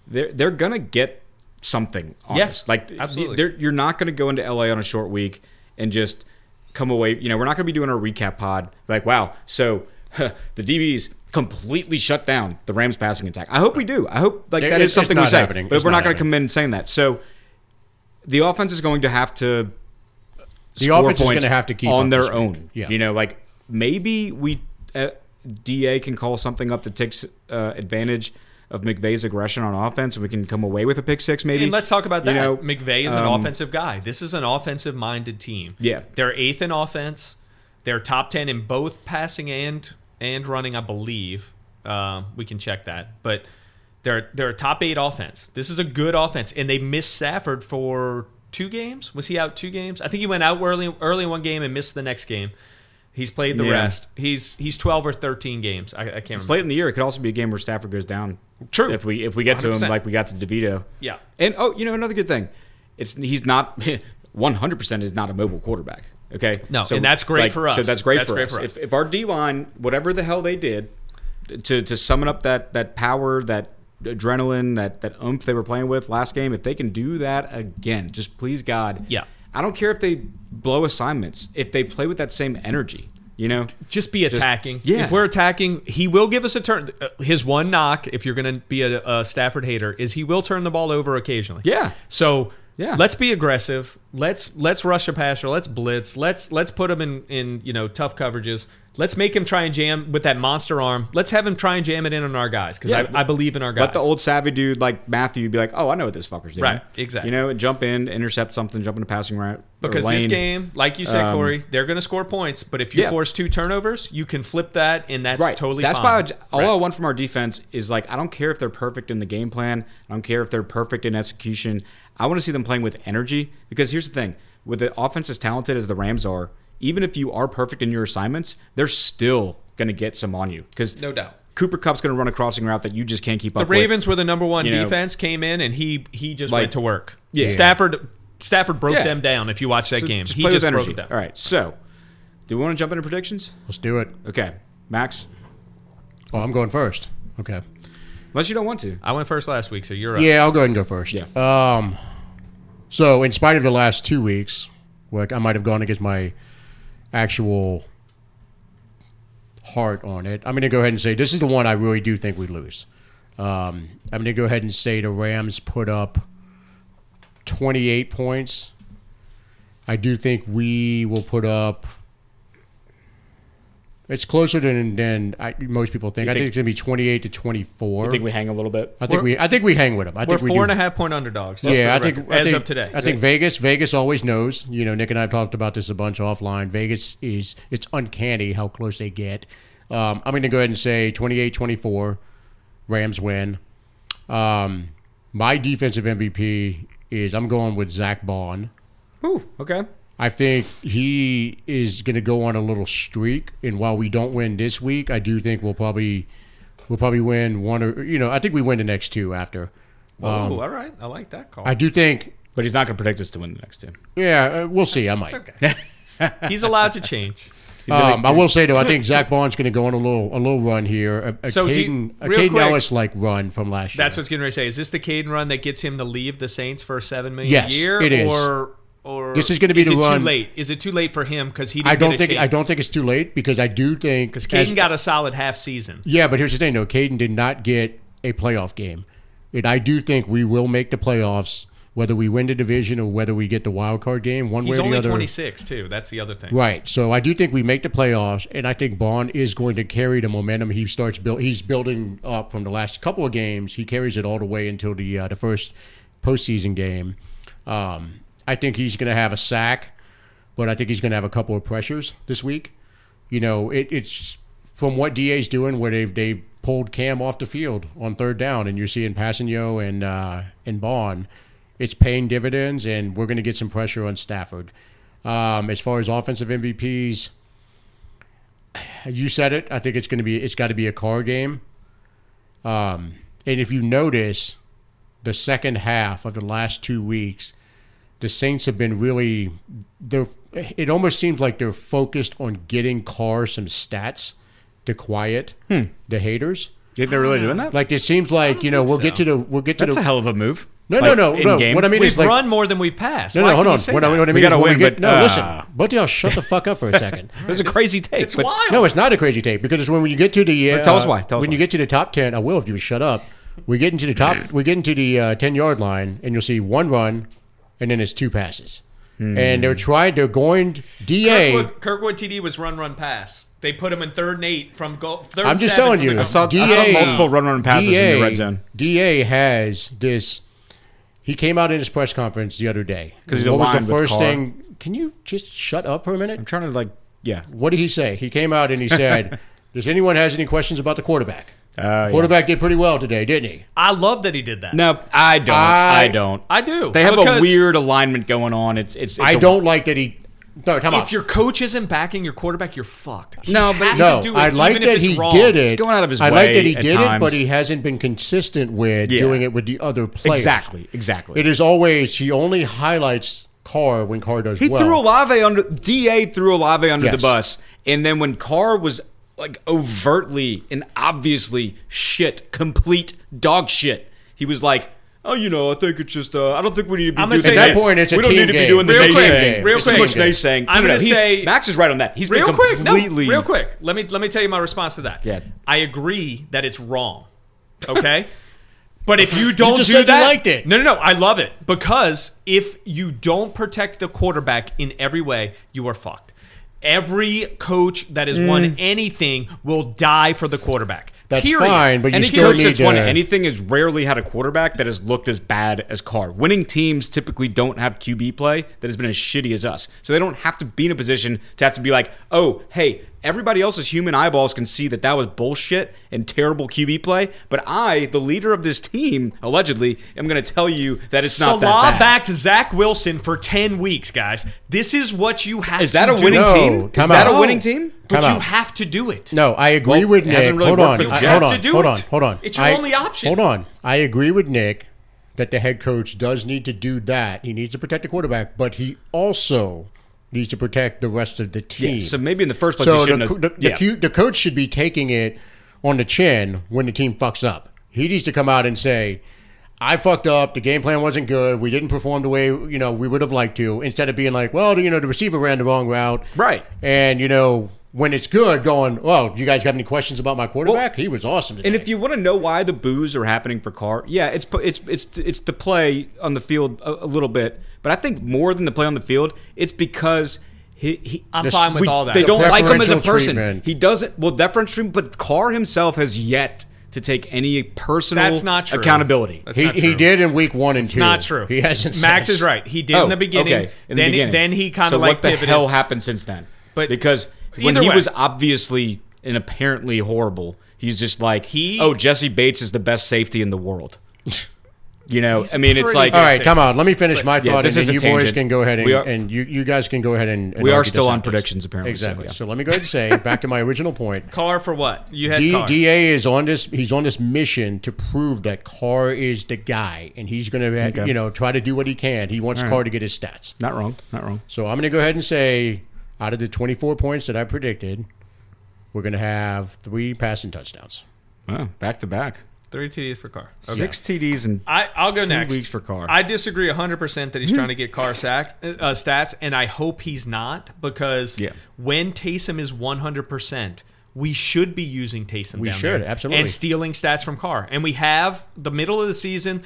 Speaker 2: they're they're going to get something. on
Speaker 4: Yeah,
Speaker 2: us. like
Speaker 4: absolutely.
Speaker 2: they're- you're not going to go into LA on a short week and just come away. You know, we're not going to be doing our recap pod like, wow, so the DBs completely shut down the Rams passing attack. I hope we do. I hope like
Speaker 3: It-
Speaker 2: that
Speaker 3: it's-
Speaker 2: is something
Speaker 3: it's
Speaker 2: we
Speaker 3: not
Speaker 2: say,
Speaker 3: happening.
Speaker 2: but
Speaker 3: It's
Speaker 2: we're
Speaker 3: not
Speaker 2: not going to
Speaker 3: happening.
Speaker 2: come in saying that. So the offense is going to have to
Speaker 3: The
Speaker 2: score
Speaker 3: offense is
Speaker 2: points
Speaker 3: gonna have to keep
Speaker 2: on
Speaker 3: up
Speaker 2: their
Speaker 3: this week.
Speaker 2: own.
Speaker 3: Yeah.
Speaker 2: You know, like maybe we uh, Da can call something up that takes uh, advantage of McVay's aggression on offense, and we can come away with a pick six. Maybe.
Speaker 4: And let's talk about
Speaker 2: You
Speaker 4: that.
Speaker 2: know,
Speaker 4: McVay is an
Speaker 2: um,
Speaker 4: offensive guy. This is an offensive minded team.
Speaker 2: Yeah.
Speaker 4: They're eighth in offense. They're top ten in both passing and and running, I believe. Um, we can check that. But they're they're a top eight offense. This is a good offense. And they missed Stafford for two games. Was he out two games? I think he went out early early in one game and missed the next game. He's played the
Speaker 2: Yeah.
Speaker 4: rest. He's he's twelve or thirteen games. I, I can't
Speaker 2: It's
Speaker 4: remember.
Speaker 2: late in the year. It could also be a game where Stafford goes down.
Speaker 4: True.
Speaker 2: If we if we get to him
Speaker 4: 100%.
Speaker 2: like we got to Devito.
Speaker 4: Yeah.
Speaker 2: And oh, you know another good thing, it's he's not one hundred percent is not a mobile quarterback. Okay.
Speaker 4: No, and that's great for us.
Speaker 2: So that's great,
Speaker 4: That's
Speaker 2: for,
Speaker 4: great
Speaker 2: us.
Speaker 4: for us.
Speaker 2: If, if our D line, whatever the hell they did, to to summon up that that power, that adrenaline, that that oomph they were playing with last game, if they can do that again, just please God.
Speaker 4: Yeah.
Speaker 2: I don't care if they blow assignments. If they play with that same energy, you know.
Speaker 4: just be attacking.
Speaker 2: yeah.
Speaker 4: If we're attacking, he will give us a turn. uh, His one knock, if you're going to be a, a Stafford hater, is he will turn the ball over occasionally.
Speaker 2: Yeah.
Speaker 4: So
Speaker 2: Yeah.
Speaker 4: let's be aggressive. Let's let's rush a passer. Let's blitz. Let's let's put him in in you know tough coverages. Let's make him try and jam with that monster arm. Let's have him try and jam it in on our guys because
Speaker 2: Yeah.
Speaker 4: I, I believe in our guys.
Speaker 2: Let the old savvy dude like Matthew be like, oh, I know what this fucker's doing.
Speaker 4: Right, exactly.
Speaker 2: You know, and jump in, intercept something, jump into passing route.
Speaker 4: because this game, like you said, Corey, they're going to score points. But if
Speaker 2: um,
Speaker 4: you
Speaker 2: Yeah.
Speaker 4: force two turnovers, you can flip that, and that's
Speaker 2: right.
Speaker 4: totally
Speaker 2: That's
Speaker 4: fine.
Speaker 2: why I, j- all
Speaker 4: Right.
Speaker 2: I want from our defense is like, I don't care if they're perfect in the game plan. I don't care if they're perfect in execution. I want to see them playing with energy because here's the thing with the offense as talented as the Rams are, even if you are perfect in your assignments, they're still going to get some on you because
Speaker 4: No doubt.
Speaker 2: Cooper Cup's going to run a crossing route that you just can't keep
Speaker 4: The
Speaker 2: up with.
Speaker 4: Ravens were the number one
Speaker 2: you know,
Speaker 4: defense, came in and he he just
Speaker 2: like-
Speaker 4: went to work.
Speaker 2: Yeah.
Speaker 4: Stafford Stafford broke
Speaker 2: Yeah.
Speaker 4: them down. If you watch that
Speaker 2: So
Speaker 4: game,
Speaker 2: just
Speaker 4: he
Speaker 2: play
Speaker 4: just
Speaker 2: with
Speaker 4: broke
Speaker 2: energy.
Speaker 4: them down.
Speaker 2: All right. So, do we want to jump into predictions?
Speaker 3: Let's do it.
Speaker 2: Okay, Max.
Speaker 3: Oh, I'm going first. Okay.
Speaker 2: Unless you don't want to.
Speaker 4: I went first last week, so you're up.
Speaker 3: Yeah, I'll go ahead and go first.
Speaker 2: Yeah.
Speaker 3: Um, so in spite of the last two weeks, like I might have gone against my actual heart on it. I'm going to go ahead and say this is the one I really do think we lose. Um, I'm going to go ahead and say the Rams put up 28 points. I do think we will put up. It's closer than than I, most people think. I think,
Speaker 2: think-
Speaker 3: it's going to be 28 to 24.
Speaker 2: I think we hang a little bit.
Speaker 3: I think we I think we hang with them. I
Speaker 4: We're
Speaker 3: think we
Speaker 4: four
Speaker 3: do.
Speaker 4: and a half point underdogs. just
Speaker 3: Yeah, I
Speaker 4: for the
Speaker 3: think
Speaker 4: record,
Speaker 3: I
Speaker 4: as
Speaker 3: think,
Speaker 4: of today.
Speaker 3: I think Vegas. Vegas always knows. You know, Nick and I have talked about this a bunch offline. Vegas is it's uncanny how close they get. Um, I'm going to go ahead and say 28-24, Rams win. Um, my defensive MVP is I'm going with Zach Bond.
Speaker 2: Ooh, okay.
Speaker 3: I think he is going to go on a little streak, and while we don't win this week, I do think we'll probably we'll probably win one or you know I think we win the next two after.
Speaker 4: Oh, all right. I like that call.
Speaker 3: um, I do think
Speaker 2: But he's not going to predict us to win the next two.
Speaker 3: Yeah, uh, we'll see. I might.
Speaker 4: okay. He's allowed to change.
Speaker 3: Um, I will say though, I think Zach Bond's going to go on a little a little run here, a, a
Speaker 4: So do you-
Speaker 3: Caden, a
Speaker 4: real
Speaker 3: Caden
Speaker 4: quick-
Speaker 3: Ellis like run from last year.
Speaker 4: That's what's getting ready to say. Is this the Caden run that gets him to leave the Saints for seven million
Speaker 3: Yes,
Speaker 4: a year?
Speaker 3: it is.
Speaker 4: Or or
Speaker 3: This is gonna be
Speaker 4: is
Speaker 3: the
Speaker 4: it
Speaker 3: run-
Speaker 4: Too late. Is it too late for him because he? Didn't
Speaker 3: I don't
Speaker 4: get a
Speaker 3: think I don't think it's too late because I do think
Speaker 4: because
Speaker 3: as-
Speaker 4: Caden got a solid half season.
Speaker 3: Yeah, but here's the thing though, Caden did not get a playoff game, and I do think we will make the playoffs whether we win the division or whether we get the wild card game. One
Speaker 4: He's
Speaker 3: way or the
Speaker 4: only
Speaker 3: other.
Speaker 4: twenty six too. That's the other thing.
Speaker 3: Right. So I do think we make the playoffs, and I think Bond is going to carry the momentum he starts build. He's building up from the last couple of games. He carries it all the way until the uh, the first postseason game. Um, I think he's going to have a sack, but I think he's going to have a couple of pressures this week. You know, it, it's from what DA's doing, where they've they've pulled Cam off the field on third down, and you're seeing Passanio and uh, and Bond. It's paying dividends, and we're going to get some pressure on Stafford. Um, as far as offensive MVPs, you said it. I think it's going to be it's got to be a car game. Um, and if you notice, the second half of the last two weeks, the Saints have been really they're it almost seems like they're focused on getting Carr some stats to quiet
Speaker 2: Hmm.
Speaker 3: the haters.
Speaker 2: You think they're really doing that?
Speaker 3: Like it seems like you know we'll get to the we'll get to
Speaker 2: That's
Speaker 3: the
Speaker 2: a hell of a move.
Speaker 3: no
Speaker 2: Like,
Speaker 3: no no
Speaker 2: in
Speaker 3: no.
Speaker 2: game.
Speaker 3: What I mean
Speaker 4: We've
Speaker 3: is like
Speaker 4: run more than we've passed.
Speaker 3: no
Speaker 4: Why
Speaker 3: no
Speaker 4: can
Speaker 3: hold
Speaker 4: you
Speaker 3: on.
Speaker 4: say
Speaker 3: What I,
Speaker 4: that?
Speaker 3: what I mean
Speaker 2: We
Speaker 3: is
Speaker 2: gotta
Speaker 3: when
Speaker 2: win,
Speaker 3: we get
Speaker 2: but,
Speaker 3: no
Speaker 2: uh,
Speaker 3: listen. Both y'all shut the fuck up for a second.
Speaker 2: That was a crazy take.
Speaker 4: It's
Speaker 2: but
Speaker 4: wild.
Speaker 3: No, it's not a crazy take because it's when, when you get to the uh,
Speaker 2: Well, tell us why, tell us
Speaker 3: when you
Speaker 2: why.
Speaker 3: get to the top ten, I will if you would shut up. We get into the top. We get into the uh, ten yard line, and you'll see one run, and then it's two passes,
Speaker 2: Hmm.
Speaker 3: and they're trying. They're going da.
Speaker 4: Kirkwood, Kirkwood TD was run run pass. They put him in third and eight from goal. Third
Speaker 3: I'm
Speaker 4: and
Speaker 3: just
Speaker 4: seven
Speaker 3: telling
Speaker 4: from the
Speaker 3: you.
Speaker 4: goal.
Speaker 2: I saw- I saw multiple run, run passes in the red zone.
Speaker 3: Da has this. He came out in his press conference the other day.
Speaker 2: 'Cause he's
Speaker 3: what was
Speaker 2: aligned
Speaker 3: the
Speaker 2: with
Speaker 3: first
Speaker 2: Carr.
Speaker 3: thing? Can you just shut up for a minute?
Speaker 2: I'm trying to like, yeah.
Speaker 3: What did he say? He came out and he said, "Does anyone has any questions about the quarterback?
Speaker 2: Uh, yeah.
Speaker 3: quarterback did pretty well today, didn't he?
Speaker 4: I love that he did that.
Speaker 2: No, I don't. I,
Speaker 3: I-
Speaker 2: don't.
Speaker 4: I do.
Speaker 2: They have a
Speaker 4: Because
Speaker 2: weird alignment going on. It's it's. it's
Speaker 3: I
Speaker 2: a-
Speaker 3: don't like that he. No, come on.
Speaker 4: If your coach isn't backing your quarterback, you're fucked. He
Speaker 2: No, but-
Speaker 4: has
Speaker 3: no,
Speaker 4: to do it,
Speaker 3: I like
Speaker 4: even if
Speaker 3: that
Speaker 4: it's
Speaker 3: he
Speaker 4: wrong.
Speaker 3: did it.
Speaker 2: He's going out of his
Speaker 3: I like that
Speaker 2: way
Speaker 3: he
Speaker 2: at
Speaker 3: did it,
Speaker 2: times.
Speaker 3: but he hasn't been consistent with
Speaker 2: Yeah.
Speaker 3: doing it with the other players.
Speaker 2: Exactly. Exactly.
Speaker 3: It is always he only highlights Carr when Carr does
Speaker 2: He
Speaker 3: well.
Speaker 2: threw Olave under Da threw Olave under the
Speaker 3: Yes.
Speaker 2: bus, and then when Carr was like overtly and obviously shit, complete dog shit, he was like, "Oh, you know, I think it's just uh, I don't think we need to be
Speaker 4: I'm gonna
Speaker 2: doing
Speaker 4: say
Speaker 2: this.
Speaker 4: At that
Speaker 3: point, it's a
Speaker 2: we don't
Speaker 3: team
Speaker 2: need to be
Speaker 3: game.
Speaker 2: doing the
Speaker 4: Real
Speaker 2: naysaying.
Speaker 4: quick, real
Speaker 2: it's too
Speaker 4: quick.
Speaker 2: much naysaying.
Speaker 4: I'm
Speaker 2: No, no,
Speaker 4: gonna
Speaker 2: he's-
Speaker 4: say-
Speaker 2: Max is right on that. He's been
Speaker 4: real quick, no,
Speaker 2: completely
Speaker 4: real quick. Let me let me tell you my response to that.
Speaker 2: Yeah.
Speaker 4: I agree that it's wrong. Okay, but if you don't
Speaker 3: just
Speaker 4: do
Speaker 3: said you
Speaker 4: that,
Speaker 3: liked it.
Speaker 4: No, no, no. I love it because if you don't protect the quarterback in every way, you are fucked. Every coach that has won anything will die for the quarterback.
Speaker 3: Mm. That's
Speaker 4: Period.
Speaker 3: fine, but you
Speaker 2: Any
Speaker 3: still
Speaker 2: coach
Speaker 3: need
Speaker 2: that's
Speaker 3: to.
Speaker 2: won anything has rarely had a quarterback that has looked as bad as Carr. Winning teams typically don't have QB play that has been as shitty as us. So they don't have to be in a position to have to be like, oh, hey, everybody else's human eyeballs can see that that was bullshit and terrible QB play. But I, the leader of this team, allegedly, am going to tell you that it's not
Speaker 4: Salah
Speaker 2: that bad.
Speaker 4: backed Zach Wilson for ten weeks, guys. This is what you have.
Speaker 2: Is that
Speaker 4: to
Speaker 2: a
Speaker 4: do.
Speaker 2: winning
Speaker 3: No,
Speaker 2: team? Is
Speaker 3: time
Speaker 2: that
Speaker 3: out.
Speaker 2: a winning team?
Speaker 4: But
Speaker 3: Time
Speaker 4: you
Speaker 3: out.
Speaker 4: have to do it.
Speaker 3: No, I agree
Speaker 2: Well,
Speaker 3: with
Speaker 2: it
Speaker 3: Nick.
Speaker 2: hasn't really
Speaker 3: hold
Speaker 2: worked
Speaker 3: on,
Speaker 2: for the
Speaker 3: I-
Speaker 2: Jets
Speaker 3: hold
Speaker 4: to
Speaker 3: on,
Speaker 4: do
Speaker 3: hold
Speaker 4: it.
Speaker 3: on, hold on.
Speaker 4: It's your
Speaker 3: I-
Speaker 4: only option.
Speaker 3: Hold on, I agree with Nick that the head coach does need to do that. He needs to protect the quarterback, but he also needs to protect the rest of the team.
Speaker 2: So maybe in the first place, he
Speaker 3: So the,
Speaker 2: shouldn't
Speaker 3: co-
Speaker 2: have-
Speaker 3: the, the
Speaker 2: yeah.
Speaker 3: cu- the coach should be taking it on the chin when the team fucks up. He needs to come out and say, "I fucked up. The game plan wasn't good. We didn't perform the way you know we would have liked to." Instead of being like, "Well, you know, the receiver ran the wrong route,"
Speaker 2: Right.
Speaker 3: And you know, when it's good, going, "Well, do you guys have any questions about my quarterback? he was awesome." Today.
Speaker 2: And if you want to know why the boos are happening for Carr, yeah, it's it's it's it's the play on the field a, a little bit, but I think more than the play on the field, it's because he. he
Speaker 4: I'm fine with
Speaker 2: we-
Speaker 4: all that.
Speaker 2: They don't like him as a
Speaker 3: Preferential
Speaker 2: person.
Speaker 3: treatment.
Speaker 2: He doesn't. Well, deference treatment, but Carr himself has yet to take any personal
Speaker 4: That's not true.
Speaker 2: accountability.
Speaker 4: That's
Speaker 3: he,
Speaker 4: not
Speaker 3: he
Speaker 4: true.
Speaker 3: did in week one and two.
Speaker 4: Not true.
Speaker 3: He hasn't.
Speaker 4: Max
Speaker 3: since.
Speaker 4: is right. He did in the beginning.
Speaker 2: Oh, okay, in the
Speaker 4: then,
Speaker 2: beginning.
Speaker 4: He, then he kind
Speaker 2: so
Speaker 4: of like
Speaker 2: what the
Speaker 4: pivoted.
Speaker 2: hell happened since then?
Speaker 4: But-
Speaker 2: because when
Speaker 4: Either
Speaker 2: he
Speaker 4: way.
Speaker 2: was obviously and apparently horrible, he's just like
Speaker 4: He-
Speaker 2: Oh, Jesse Bates is the best safety in the world. you know, I mean, it's
Speaker 4: pretty
Speaker 2: like
Speaker 4: good.
Speaker 3: All right, come on. Let me finish my
Speaker 2: yeah,
Speaker 3: thought,
Speaker 2: this
Speaker 3: and
Speaker 2: is
Speaker 3: then
Speaker 2: a
Speaker 3: you boys
Speaker 2: tangent.
Speaker 3: can go ahead and,
Speaker 2: We are-
Speaker 3: and you, you guys can go ahead and. and
Speaker 2: We are
Speaker 3: argue
Speaker 2: still
Speaker 3: this
Speaker 2: on
Speaker 3: afterwards.
Speaker 2: predictions, apparently, so,
Speaker 3: Exactly.
Speaker 2: yeah.
Speaker 3: So, let me go ahead and say back to my original point.
Speaker 4: Carr for what? You had
Speaker 3: D,
Speaker 4: Carr.
Speaker 3: DA is on this. He's on this mission to prove that Carr is the guy, and he's going to, you know, try to do what he can. He wants Carr to get his stats.
Speaker 2: not wrong, not wrong.
Speaker 3: So I'm going to go ahead and say, out of the 24 points that I predicted, we're going to have three passing touchdowns.
Speaker 2: Oh, back to back,
Speaker 4: Three TDs for Carr. Okay.
Speaker 2: six TDs and
Speaker 4: I, I'll go
Speaker 2: Two
Speaker 4: next.
Speaker 2: weeks for Carr. Hmm.
Speaker 4: I disagree 100% that he's trying to get Carr sack, uh, stats, and I hope he's not because
Speaker 2: Yeah.
Speaker 4: when Taysom is 100%, we should be using Taysom. We down
Speaker 3: should,
Speaker 4: there
Speaker 3: absolutely.
Speaker 4: and stealing stats from Carr, and we have the middle of the season.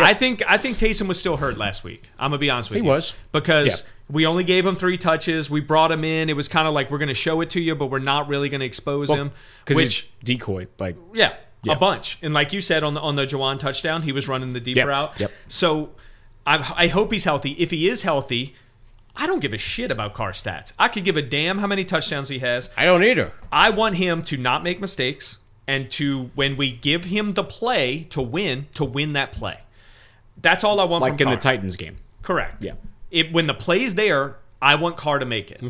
Speaker 4: I think I think Taysom was still hurt last week. I'm gonna be honest with
Speaker 3: He
Speaker 4: you.
Speaker 3: was.
Speaker 4: because
Speaker 2: Yeah.
Speaker 4: we only gave him three touches. We brought him in. It was kind of like we're gonna show it to you, but we're not really gonna expose him.
Speaker 2: because
Speaker 4: which
Speaker 2: he's decoy, like
Speaker 4: yeah,
Speaker 2: Yeah.
Speaker 4: a bunch. And like you said on the on the Jawan touchdown, he was running the deep
Speaker 2: Yep,
Speaker 4: route.
Speaker 2: yep.
Speaker 4: So I, I hope he's healthy. If he is healthy, I don't give a shit about car stats. I could give a damn how many touchdowns he has.
Speaker 3: I don't either.
Speaker 4: I want him to not make mistakes and to when we give him the play to win, to win that play. That's all I want
Speaker 2: like
Speaker 4: from
Speaker 2: in the
Speaker 4: Carr.
Speaker 2: Titans game.
Speaker 4: Correct.
Speaker 2: Yeah.
Speaker 4: It, when the play's there, I want Carr to make it.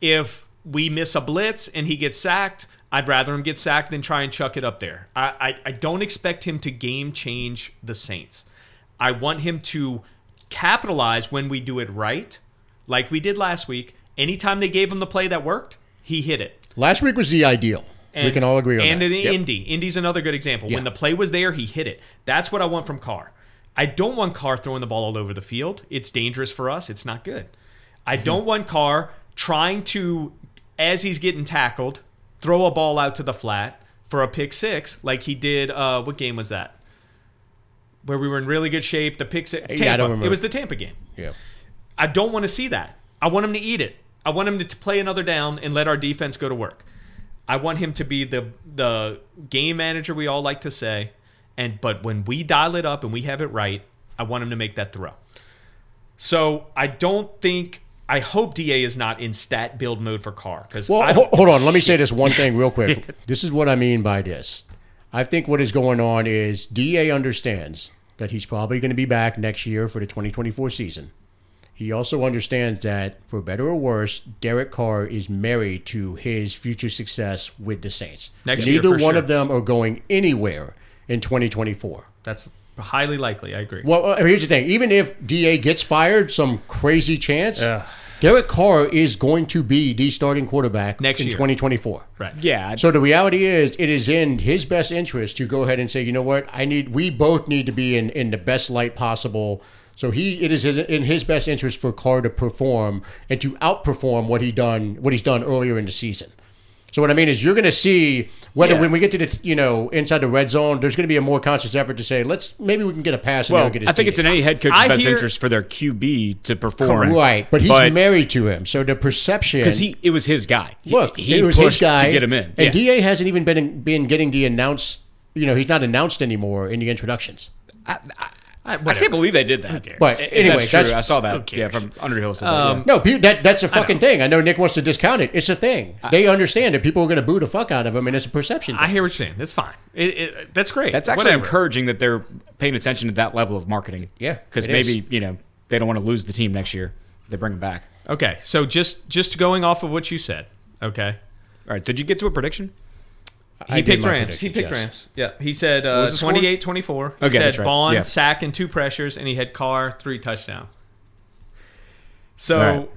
Speaker 4: If we miss a blitz and he gets sacked, I'd rather him get sacked than try and chuck it up there. I, I, I don't expect him to game change the Saints. I want him to capitalize when we do it right, like we did last week. Anytime they gave him the play that worked, he hit it.
Speaker 3: Last week was the ideal. we
Speaker 4: And-
Speaker 3: can all agree on
Speaker 4: and
Speaker 3: that.
Speaker 4: in Indy, Indy's another good example.
Speaker 3: Yeah.
Speaker 4: When the play was there, he hit it. That's what I want from Carr. I don't want Carr throwing the ball all over the field. It's dangerous for us. It's not good. I
Speaker 3: Mm-hmm.
Speaker 4: don't want Carr trying to, as he's getting tackled, throw a ball out to the flat for a pick six, like he did. Uh, what game was that? Where we were in really good shape. The pick six.
Speaker 3: Yeah, I
Speaker 4: Tampa.
Speaker 3: don't remember.
Speaker 4: It was the Tampa game.
Speaker 3: yeah.
Speaker 4: I don't want to see that. I want him to eat it. I want him to t- play another down and let our defense go to work. I want him to be the the game manager we all like to say. And but when we dial it up and we have it right, I want him to make that throw. So I don't think I hope DA is not in stat build mode for Carr because
Speaker 3: Well, ho- hold on. Let me say this one thing real quick. This is what I mean by this. I think what is going on is DA understands that he's probably going to be back next year for the 2024 season. He also understands that, for better or worse, Derek Carr is married to his future success with the Saints.
Speaker 4: Next year,
Speaker 3: Neither
Speaker 4: for
Speaker 3: one
Speaker 4: sure.
Speaker 3: of them are going anywhere in 2024.
Speaker 4: that's highly likely. I agree.
Speaker 3: Well, uh, here's the thing. Even if DA gets fired, some crazy chance, Derek Carr is going to be the starting quarterback
Speaker 4: Next
Speaker 3: in
Speaker 4: year.
Speaker 3: 2024.
Speaker 4: right.
Speaker 2: Yeah,
Speaker 3: So the reality is, it is in his best interest to go ahead and say, you know what, I need. We both need to be in in the best light possible. So he, it is his- in his best interest for Carr to perform and to outperform what he done, what he's done earlier in the season. So what I mean is, you're going to see whether
Speaker 2: Yeah.
Speaker 3: when we get to the you know inside the red zone, there's going to be a more conscious effort to say, let's maybe we can get a pass and
Speaker 2: well,
Speaker 3: they'll get his
Speaker 2: I think
Speaker 3: DA.
Speaker 2: it's in any head coach's
Speaker 4: I
Speaker 2: best
Speaker 4: hear-
Speaker 2: interest for their QB to perform,
Speaker 3: right, but he's
Speaker 2: But-
Speaker 3: married to him, so the perception
Speaker 2: Because he, it was his guy. He-
Speaker 3: Look,
Speaker 2: he
Speaker 3: it was
Speaker 2: pushed
Speaker 3: his guy
Speaker 2: to get him in.
Speaker 3: and
Speaker 2: Yeah.
Speaker 3: Da hasn't even been been getting the announce. You know, he's not announced anymore in the introductions.
Speaker 2: I can't believe they did that.
Speaker 3: But
Speaker 2: If
Speaker 3: anyway,
Speaker 2: that's true.
Speaker 3: that's-
Speaker 2: I saw that. Yeah, from Underhill. said that, yeah.
Speaker 3: No, pe- that that's a fucking thing. I know Nick wants to discount it. It's a thing. they understand that people are going to boo the fuck out of him, and it's a perception.
Speaker 4: I
Speaker 3: thing.
Speaker 4: hear what you're saying. That's fine. It, it, that's great.
Speaker 2: That's actually
Speaker 4: Whatever.
Speaker 2: encouraging that they're paying attention to that level of marketing.
Speaker 3: Yeah,
Speaker 2: because
Speaker 3: it
Speaker 2: maybe you know they don't want to lose the team next year. They bring him back.
Speaker 4: Okay. So just just going off of what you said. Okay.
Speaker 2: All right. Did you get to a prediction?
Speaker 3: I
Speaker 4: He
Speaker 3: did
Speaker 4: picked
Speaker 3: my
Speaker 4: Rams. He
Speaker 3: predictions,
Speaker 4: picked
Speaker 3: yes.
Speaker 4: Rams. Yeah. He said uh,
Speaker 2: was the score?
Speaker 4: 28 24. He
Speaker 2: Okay,
Speaker 4: said
Speaker 2: that's right.
Speaker 4: Vaughn,
Speaker 2: Yeah.
Speaker 4: sack, and two pressures, and he had Carr, three touchdowns. So,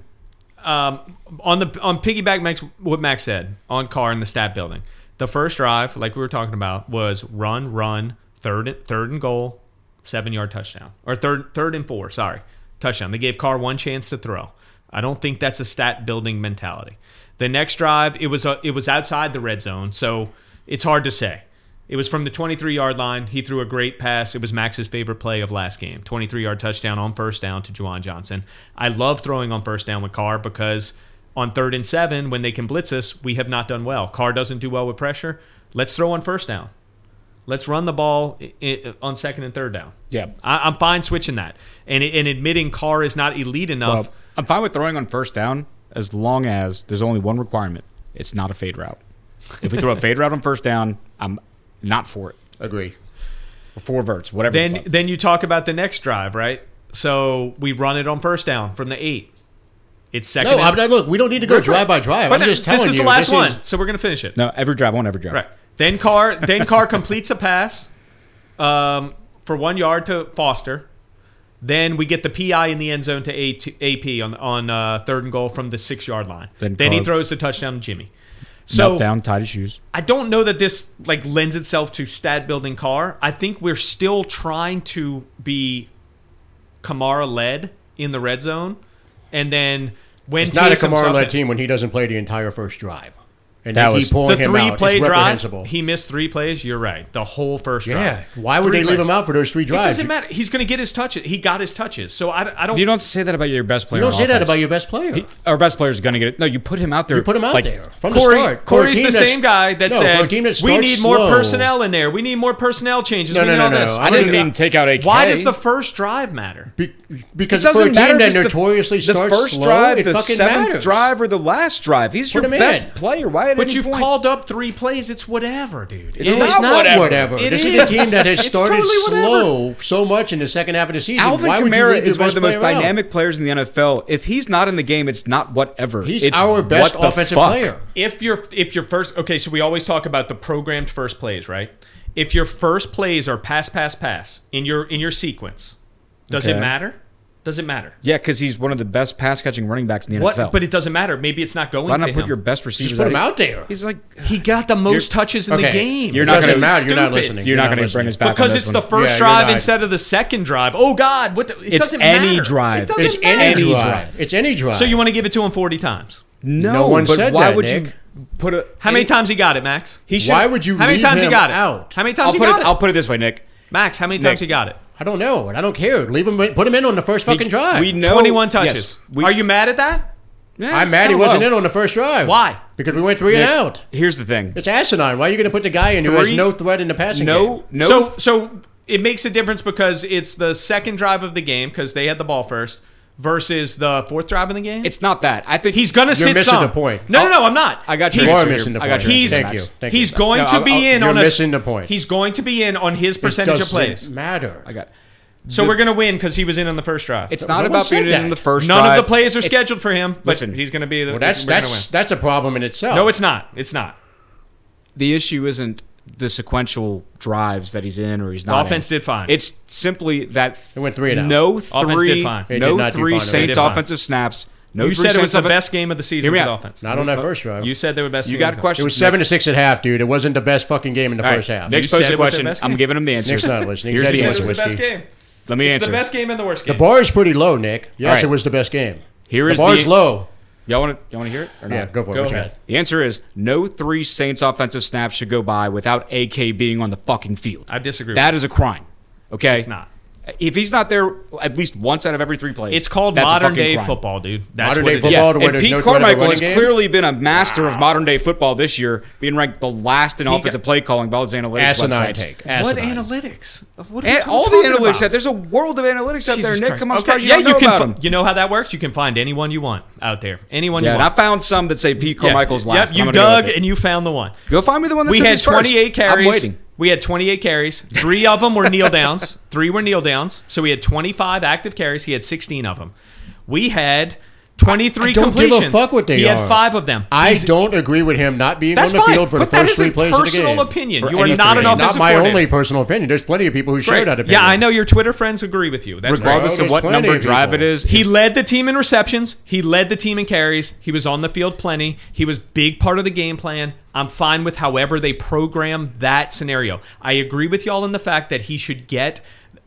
Speaker 4: um, on the on piggyback Max, what Max said on Carr in the stat building, the first drive, like we were talking about, was run, run, third, third and goal, seven yard touchdown, or third, third and four. Sorry, touchdown. They gave Carr one chance to throw. I don't think that's a stat building mentality. The next drive, it was a, it was outside the red zone, so it's hard to say. It was from the 23 yard line. He threw a great pass. It was Max's favorite play of last game 23 yard touchdown on first down to Juwan Johnson. I love throwing on first down with Carr because on third and seven, when they can blitz us, we have not done well. Carr doesn't do well with pressure. Let's throw on first down. Let's run the ball i- i- on second and third down.
Speaker 2: Yeah.
Speaker 4: I, I'm fine switching that and, and admitting Carr is not elite enough.
Speaker 2: Well, Uh, I'm fine with throwing on first down as long as there's only one requirement. It's not a fade route. If we throw a fade route on first down, I'm not for it.
Speaker 3: Agree.
Speaker 2: Or four verts, whatever.
Speaker 4: then
Speaker 2: the fuck.
Speaker 4: then you talk about the next drive, right? So we run it on first down from the eight. It's second.
Speaker 3: No,
Speaker 4: and-
Speaker 3: I'm not, look, we don't need to go drive by drive. I'm
Speaker 4: But
Speaker 3: just telling
Speaker 4: this is
Speaker 3: you.
Speaker 4: the last
Speaker 3: this
Speaker 4: one,
Speaker 3: is-
Speaker 4: so we're gonna finish it.
Speaker 2: no, every drive, one every drive.
Speaker 4: Right. Then Carr then Carr completes a pass um, for one yard to Foster. Then we get the PI in the end zone to A- AP on on uh, third and goal from the six yard line.
Speaker 2: Then
Speaker 4: Then, he
Speaker 2: Carr-
Speaker 4: throws the touchdown to Jimmy.
Speaker 2: So,
Speaker 4: So
Speaker 2: down, tied his shoes.
Speaker 4: I don't know that this like lends itself to stat building Carr. I think we're still trying to be Kamara led in the red zone, and then when
Speaker 3: It's not a
Speaker 4: Taysom
Speaker 3: Kamara
Speaker 4: something-
Speaker 3: led team when he doesn't play the entire first drive. And
Speaker 2: That
Speaker 3: they
Speaker 2: was-
Speaker 3: keep pulling
Speaker 4: the
Speaker 3: him
Speaker 4: three
Speaker 3: out.
Speaker 4: play
Speaker 3: it's
Speaker 4: drive,
Speaker 3: reprehensible.
Speaker 4: he missed three plays. You're right. The whole first
Speaker 3: yeah.
Speaker 4: drive.
Speaker 3: Why would
Speaker 4: Three
Speaker 3: they leave
Speaker 4: plays.
Speaker 3: him out for those three
Speaker 4: It
Speaker 3: drives?
Speaker 4: doesn't matter. He's going to get his touches. He got his touches. So I, I don't.
Speaker 2: You don't say that about your best player.
Speaker 3: You don't
Speaker 2: on
Speaker 3: say that
Speaker 2: offense.
Speaker 3: about your best player.
Speaker 2: Our best player is going to get it. No, you put him out there.
Speaker 3: You put him out
Speaker 2: like,
Speaker 3: there from
Speaker 4: Corey,
Speaker 3: the start. For a
Speaker 4: Corey's
Speaker 3: team
Speaker 4: the
Speaker 3: that's-
Speaker 4: same guy that
Speaker 3: no, for
Speaker 4: said
Speaker 3: a team that
Speaker 4: we
Speaker 3: starts
Speaker 4: need more
Speaker 3: slow-
Speaker 4: personnel in there. We need more personnel changes.
Speaker 3: No,
Speaker 4: we
Speaker 3: no,
Speaker 4: need
Speaker 3: no,
Speaker 4: all
Speaker 3: no,
Speaker 4: this."
Speaker 3: no. I
Speaker 2: I
Speaker 4: Like,
Speaker 2: didn't even take out AK.
Speaker 4: Why does the first drive matter?
Speaker 3: Be-
Speaker 2: It
Speaker 3: because for a
Speaker 2: doesn't
Speaker 3: team
Speaker 2: matter.
Speaker 3: that
Speaker 2: if it's
Speaker 3: notoriously
Speaker 2: the,
Speaker 3: starts
Speaker 2: the first
Speaker 3: slow,
Speaker 2: drive,
Speaker 3: it
Speaker 2: the
Speaker 3: fucking
Speaker 2: seventh
Speaker 3: matters.
Speaker 2: drive, or the last drive. He's your
Speaker 3: him in.
Speaker 2: best player. Why? At
Speaker 4: But
Speaker 2: any
Speaker 4: you've
Speaker 2: point?
Speaker 4: called up three plays. It's whatever, dude.
Speaker 3: It's not, whatever.
Speaker 4: It
Speaker 3: this is.
Speaker 4: is.
Speaker 3: a team that has
Speaker 4: It's
Speaker 3: started
Speaker 4: totally whatever.
Speaker 3: slow so much in the second half of the season.
Speaker 2: Alvin
Speaker 3: Why would you
Speaker 2: Kamara
Speaker 3: leave your
Speaker 2: is one of
Speaker 3: best
Speaker 2: the most
Speaker 3: player out?
Speaker 2: dynamic players in the NFL. If he's not in the game, it's not whatever.
Speaker 3: He's
Speaker 2: It's
Speaker 3: our best
Speaker 2: what the
Speaker 3: offensive
Speaker 2: fuck.
Speaker 3: player.
Speaker 4: if your if your first okay, so we always talk about the programmed first plays, right? If your first plays are pass, pass, pass in your in your sequence, does
Speaker 2: Okay.
Speaker 4: it matter? Does it matter?
Speaker 2: Yeah, because he's one of the best pass catching running backs in the
Speaker 4: What?
Speaker 2: NFL.
Speaker 4: But it doesn't matter. Maybe it's not going.
Speaker 2: why
Speaker 4: to
Speaker 2: not put
Speaker 4: him.
Speaker 2: your best receivers?
Speaker 3: Just put him
Speaker 2: out?
Speaker 3: out there.
Speaker 2: He's like,
Speaker 4: He got the most touches in the
Speaker 3: okay.
Speaker 4: game.
Speaker 2: You're not
Speaker 3: Doesn't
Speaker 2: gonna-
Speaker 3: matter. You're not
Speaker 4: Stupid.
Speaker 3: listening.
Speaker 2: you're not going to
Speaker 3: listening.
Speaker 2: bring us back on
Speaker 4: because
Speaker 2: this
Speaker 4: it's
Speaker 2: one.
Speaker 4: the first
Speaker 3: Yeah, you're
Speaker 4: drive
Speaker 3: not.
Speaker 4: instead of the second drive. Oh God! What? The, it
Speaker 2: It's
Speaker 4: doesn't
Speaker 2: any
Speaker 4: matter.
Speaker 2: drive.
Speaker 4: It doesn't
Speaker 2: It's
Speaker 4: matter.
Speaker 2: any
Speaker 3: Any
Speaker 2: drive.
Speaker 3: drive. It's any drive.
Speaker 4: So you want to give it to him forty times?
Speaker 2: no,
Speaker 3: No one
Speaker 2: but
Speaker 3: said
Speaker 2: why
Speaker 3: that,
Speaker 2: would you
Speaker 3: Nick.
Speaker 2: put a?
Speaker 4: How many times he got it, Max?
Speaker 2: He should,
Speaker 3: Why would you
Speaker 4: How many
Speaker 3: leave
Speaker 4: times he
Speaker 3: him
Speaker 4: got it?
Speaker 3: out?
Speaker 4: How many times
Speaker 2: I'll
Speaker 4: he
Speaker 2: put
Speaker 4: got
Speaker 2: it.
Speaker 4: it?
Speaker 2: I'll put it this way, Nick.
Speaker 4: Max, how many times
Speaker 2: Nick.
Speaker 4: he got it?
Speaker 3: I don't know, and I don't care. Leave him. Put him in on the first fucking drive.
Speaker 2: We know
Speaker 4: 21 touches.
Speaker 2: yes, we-
Speaker 4: Are you mad at that?
Speaker 2: Yeah,
Speaker 3: I'm
Speaker 2: it's
Speaker 3: mad he
Speaker 2: kinda
Speaker 3: wasn't
Speaker 2: low.
Speaker 3: in on the first drive.
Speaker 4: Why?
Speaker 3: Because we went three and
Speaker 2: Nick,
Speaker 3: out.
Speaker 2: Here's the thing.
Speaker 3: It's asinine. Why are you going to put the guy in who has
Speaker 2: Three-
Speaker 3: no threat in the passing game?
Speaker 2: No, no.
Speaker 4: So so it makes a difference because it's the second drive of the game because they had the ball first versus the fourth drive in the game.
Speaker 2: it's not that. I think
Speaker 4: he's gonna
Speaker 3: You're
Speaker 4: sit
Speaker 3: missing
Speaker 4: some.
Speaker 3: the point. Oh,
Speaker 4: No, no, no, I'm not.
Speaker 2: I got your
Speaker 4: He's-
Speaker 3: You are
Speaker 2: answer.
Speaker 3: missing the
Speaker 2: I got
Speaker 3: point.
Speaker 2: your
Speaker 4: He's
Speaker 2: answer,
Speaker 3: Thank
Speaker 2: Max.
Speaker 3: you. Thank
Speaker 4: he's
Speaker 3: you.
Speaker 4: going
Speaker 2: No,
Speaker 4: to
Speaker 2: I'll-
Speaker 4: be
Speaker 2: I'll-
Speaker 4: in
Speaker 3: you're
Speaker 4: on a,
Speaker 3: missing the point.
Speaker 4: He's going to be in on his
Speaker 3: It
Speaker 4: percentage of
Speaker 3: doesn't
Speaker 4: plays.
Speaker 3: matter.
Speaker 2: I got.
Speaker 4: So we're gonna win because he was in on the first drive.
Speaker 2: It's not
Speaker 3: one
Speaker 2: about
Speaker 3: said
Speaker 2: being in
Speaker 3: that.
Speaker 2: the first.
Speaker 4: None
Speaker 2: drive.
Speaker 4: of the plays are
Speaker 2: It's-
Speaker 4: scheduled for him, but
Speaker 2: Listen.
Speaker 4: he's gonna be the.
Speaker 3: Well, that's
Speaker 4: we're gonna
Speaker 3: that's that's a problem in itself.
Speaker 4: win. no, it's not. It's not.
Speaker 2: The issue isn't the sequential drives that he's in or he's not. in.
Speaker 4: offense did fine.
Speaker 2: It's simply that
Speaker 3: It went three and out.
Speaker 2: no
Speaker 4: Offense
Speaker 2: three,
Speaker 4: did fine. They
Speaker 3: did
Speaker 2: no
Speaker 3: not do
Speaker 2: three
Speaker 3: fine. They
Speaker 2: Saints
Speaker 4: did fine.
Speaker 2: offensive snaps. No,
Speaker 4: You
Speaker 2: three
Speaker 4: said it
Speaker 2: Saints
Speaker 4: was the
Speaker 2: offen-
Speaker 4: best game of the season
Speaker 2: Hear me
Speaker 4: for the
Speaker 2: out.
Speaker 4: offense.
Speaker 3: not on that first drive.
Speaker 4: You said they were best.
Speaker 2: You
Speaker 4: game
Speaker 2: got
Speaker 4: of
Speaker 2: a
Speaker 4: the-
Speaker 2: question?
Speaker 3: it was seven to six at half, dude. It wasn't the best fucking game in the
Speaker 2: All right,
Speaker 3: first half.
Speaker 2: Nick's
Speaker 4: You
Speaker 2: posted a
Speaker 4: said it was the
Speaker 2: question.
Speaker 4: best game.
Speaker 2: I'm giving him the answer.
Speaker 3: Nick's not listening.
Speaker 2: Here's
Speaker 3: He
Speaker 2: the
Speaker 3: said it
Speaker 4: It
Speaker 3: was
Speaker 2: answer.
Speaker 4: was the best
Speaker 3: Whiskey.
Speaker 4: game.
Speaker 2: Let me
Speaker 4: It's
Speaker 2: answer.
Speaker 4: the best game and the worst
Speaker 3: the
Speaker 4: game.
Speaker 3: bar is pretty low, Nick. Yes,
Speaker 2: right.
Speaker 3: it was the best game.
Speaker 2: Here is
Speaker 3: the bar's
Speaker 2: the-
Speaker 3: low.
Speaker 2: Y'all want to y'all want to hear it? Or
Speaker 3: Yeah,
Speaker 2: not?
Speaker 3: go for it.
Speaker 4: Go
Speaker 3: What you
Speaker 4: ahead.
Speaker 3: got?
Speaker 2: The answer is no three Saints offensive snaps should go by without AK being on the fucking field.
Speaker 4: I disagree
Speaker 2: That is a crime. Okay,
Speaker 4: It's not.
Speaker 2: If he's not there at least once out of every three plays,
Speaker 4: It's called
Speaker 2: that's a
Speaker 4: modern
Speaker 2: fucking
Speaker 4: day
Speaker 2: crime.
Speaker 4: football, dude. That's
Speaker 3: Modern
Speaker 4: what
Speaker 3: day
Speaker 4: it is.
Speaker 3: football. to where
Speaker 2: and
Speaker 3: there's
Speaker 2: Pete
Speaker 3: no threat of a
Speaker 2: Carmichael
Speaker 3: running
Speaker 2: has
Speaker 3: game?
Speaker 2: clearly been a master of modern day football this year, being ranked the last in offensive play calling by all those analytics
Speaker 3: Asinine
Speaker 2: websites.
Speaker 3: take.
Speaker 4: What
Speaker 3: Asinine.
Speaker 4: analytics? What are you
Speaker 2: And
Speaker 4: talking
Speaker 2: all the
Speaker 4: about?
Speaker 2: analytics out there's a world of analytics out there,
Speaker 4: Jesus
Speaker 2: Nick.
Speaker 4: Christ.
Speaker 2: Come on,
Speaker 4: Okay,
Speaker 2: surprised
Speaker 4: yeah,
Speaker 2: you don't know
Speaker 4: can.
Speaker 2: about
Speaker 4: fi-
Speaker 2: them.
Speaker 4: You know how that works. You can find anyone you want out there. Anyone
Speaker 2: Yeah,
Speaker 4: you
Speaker 2: and I
Speaker 4: want.
Speaker 2: found some that say Pete Carmichael's
Speaker 4: yep.
Speaker 2: last.
Speaker 4: Yep,
Speaker 2: I'm
Speaker 4: you
Speaker 2: gonna go with
Speaker 4: dug
Speaker 2: it.
Speaker 4: and you found the one.
Speaker 2: go find me the one that
Speaker 4: We
Speaker 2: says
Speaker 4: had
Speaker 2: he's first.
Speaker 4: 28 carries.
Speaker 2: I'm waiting.
Speaker 4: We had 28 carries. Three of them were kneel downs. Three were kneel downs. So we had 25 active carries. He had 16 of them. We had 23
Speaker 3: I don't give a
Speaker 4: completions.
Speaker 3: fuck what they
Speaker 4: he
Speaker 3: are.
Speaker 4: had five of them.
Speaker 3: I
Speaker 4: He's-
Speaker 3: don't agree with him not being on
Speaker 4: That's
Speaker 3: the
Speaker 4: fine,
Speaker 3: field for the
Speaker 4: but that
Speaker 3: first
Speaker 4: is
Speaker 3: three
Speaker 4: a
Speaker 3: plays of the
Speaker 4: personal
Speaker 3: game.
Speaker 4: opinion.
Speaker 2: Or
Speaker 4: You are
Speaker 2: anything.
Speaker 4: not
Speaker 2: Not
Speaker 4: an
Speaker 3: Not
Speaker 4: offensive
Speaker 3: my
Speaker 4: coordinator.
Speaker 3: only personal opinion. There's plenty of people who share
Speaker 4: Right.
Speaker 3: that opinion.
Speaker 4: Yeah, I know your Twitter friends agree with you. That's right.
Speaker 2: regardless
Speaker 3: Oh,
Speaker 2: of
Speaker 3: there's
Speaker 2: what
Speaker 3: plenty
Speaker 2: number
Speaker 3: of
Speaker 2: drive it
Speaker 3: people.
Speaker 2: is.
Speaker 4: He
Speaker 2: if-
Speaker 4: led the team in receptions. He led the team in carries. He was on the field plenty. He was big part of the game plan. I'm fine with however they program that scenario. I agree with y'all in the fact that he should get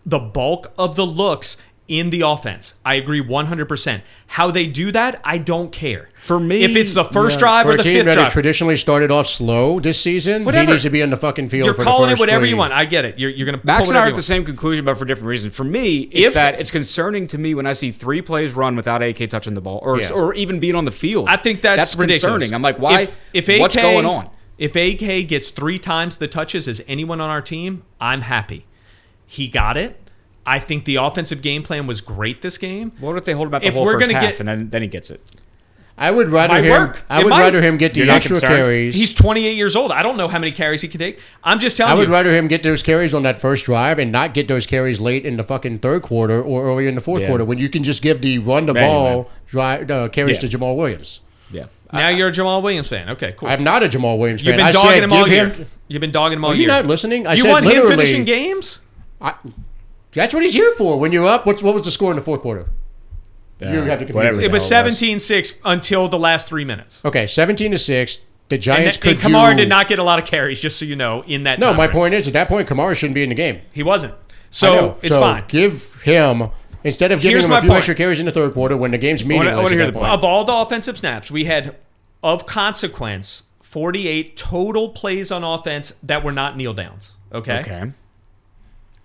Speaker 4: the bulk of the looks in the offense. I agree 100%. How they do that, I don't care.
Speaker 2: For me,
Speaker 4: if it's the first
Speaker 2: yeah.
Speaker 4: drive
Speaker 3: For
Speaker 4: or
Speaker 3: a
Speaker 4: the
Speaker 3: team
Speaker 4: fifth
Speaker 3: that has
Speaker 4: drive,
Speaker 3: traditionally started off slow this season,
Speaker 4: Whatever.
Speaker 3: he needs to be on the fucking field
Speaker 4: you're
Speaker 3: for
Speaker 4: calling
Speaker 3: the
Speaker 4: it
Speaker 3: first
Speaker 4: whatever
Speaker 3: three.
Speaker 4: you want. I get it. You're, you're going to
Speaker 2: Max
Speaker 4: pull
Speaker 2: and I
Speaker 4: whatever
Speaker 2: are
Speaker 4: you
Speaker 2: at the
Speaker 4: want.
Speaker 2: same conclusion, but for different reasons. For me, it's
Speaker 4: If-
Speaker 2: that it's concerning to me when I see three plays run without AK touching the ball, or
Speaker 3: Yeah.
Speaker 2: or even being on the field.
Speaker 4: I think that's, ridiculous.
Speaker 2: concerning. I'm like, why?
Speaker 4: If, if AK,
Speaker 2: what's going on?
Speaker 4: If AK gets three times the touches as anyone on our team, I'm happy. He got it. I think the offensive game plan was great this game.
Speaker 2: What if they hold him out the
Speaker 4: If
Speaker 2: whole
Speaker 4: we're
Speaker 2: 1st
Speaker 4: gonna
Speaker 2: half
Speaker 4: get-
Speaker 2: and then, then he gets it?
Speaker 3: I would rather
Speaker 4: Might
Speaker 3: him.
Speaker 4: work.
Speaker 3: I
Speaker 4: It
Speaker 3: would
Speaker 4: might.
Speaker 3: rather him get
Speaker 2: You're
Speaker 3: the
Speaker 2: not
Speaker 3: extra
Speaker 2: concerned?
Speaker 3: carries.
Speaker 4: He's 28 years old. I don't know how many carries he could take. I'm just telling
Speaker 3: I would
Speaker 4: you.
Speaker 3: rather him get those carries on that first drive and not get those carries late in the fucking third quarter or early in the fourth
Speaker 2: Yeah.
Speaker 3: quarter when you can just give the run the
Speaker 2: Anyway.
Speaker 3: ball drive uh, carries
Speaker 2: Yeah.
Speaker 3: to Jamal Williams.
Speaker 2: Yeah.
Speaker 4: now you're a Jamal Williams fan. Okay, cool.
Speaker 3: I'm not a Jamal Williams
Speaker 4: You've
Speaker 3: fan.
Speaker 4: been
Speaker 3: I
Speaker 4: dogging
Speaker 3: said
Speaker 4: him all
Speaker 3: give
Speaker 4: year.
Speaker 3: him.
Speaker 4: You've been dogging him all
Speaker 3: Are you
Speaker 4: year.
Speaker 3: not listening? I
Speaker 4: you
Speaker 3: said
Speaker 4: want him
Speaker 3: literally-
Speaker 4: finishing games?
Speaker 3: I, that's what he's here for. When you're up, what's, what was the score in the fourth quarter? you have to compute
Speaker 2: Uh, whatever
Speaker 3: it.
Speaker 4: It was
Speaker 2: the hell it was.
Speaker 4: 17-6 until the last three minutes.
Speaker 3: Okay, seventeen to six. The
Speaker 4: And,
Speaker 3: Giants
Speaker 4: that- and
Speaker 3: could
Speaker 4: Kamara
Speaker 3: do.
Speaker 4: did not get a lot of carries, just so you know, in that
Speaker 3: No,
Speaker 4: time
Speaker 3: my
Speaker 4: frame.
Speaker 3: point is at that point Kamara shouldn't be in the game.
Speaker 4: He wasn't.
Speaker 3: I
Speaker 4: So
Speaker 3: know.
Speaker 4: it's
Speaker 3: So
Speaker 4: fine.
Speaker 3: Give him instead of giving
Speaker 4: Here's
Speaker 3: him
Speaker 4: my
Speaker 3: a few
Speaker 4: point.
Speaker 3: extra carries in the third quarter when the game's meaningless.
Speaker 2: I wanna
Speaker 3: at
Speaker 2: hear
Speaker 3: that
Speaker 2: the
Speaker 3: point.
Speaker 4: Of all the offensive snaps, we had of consequence 48 total plays on offense that were not kneel downs. Okay.
Speaker 2: Okay.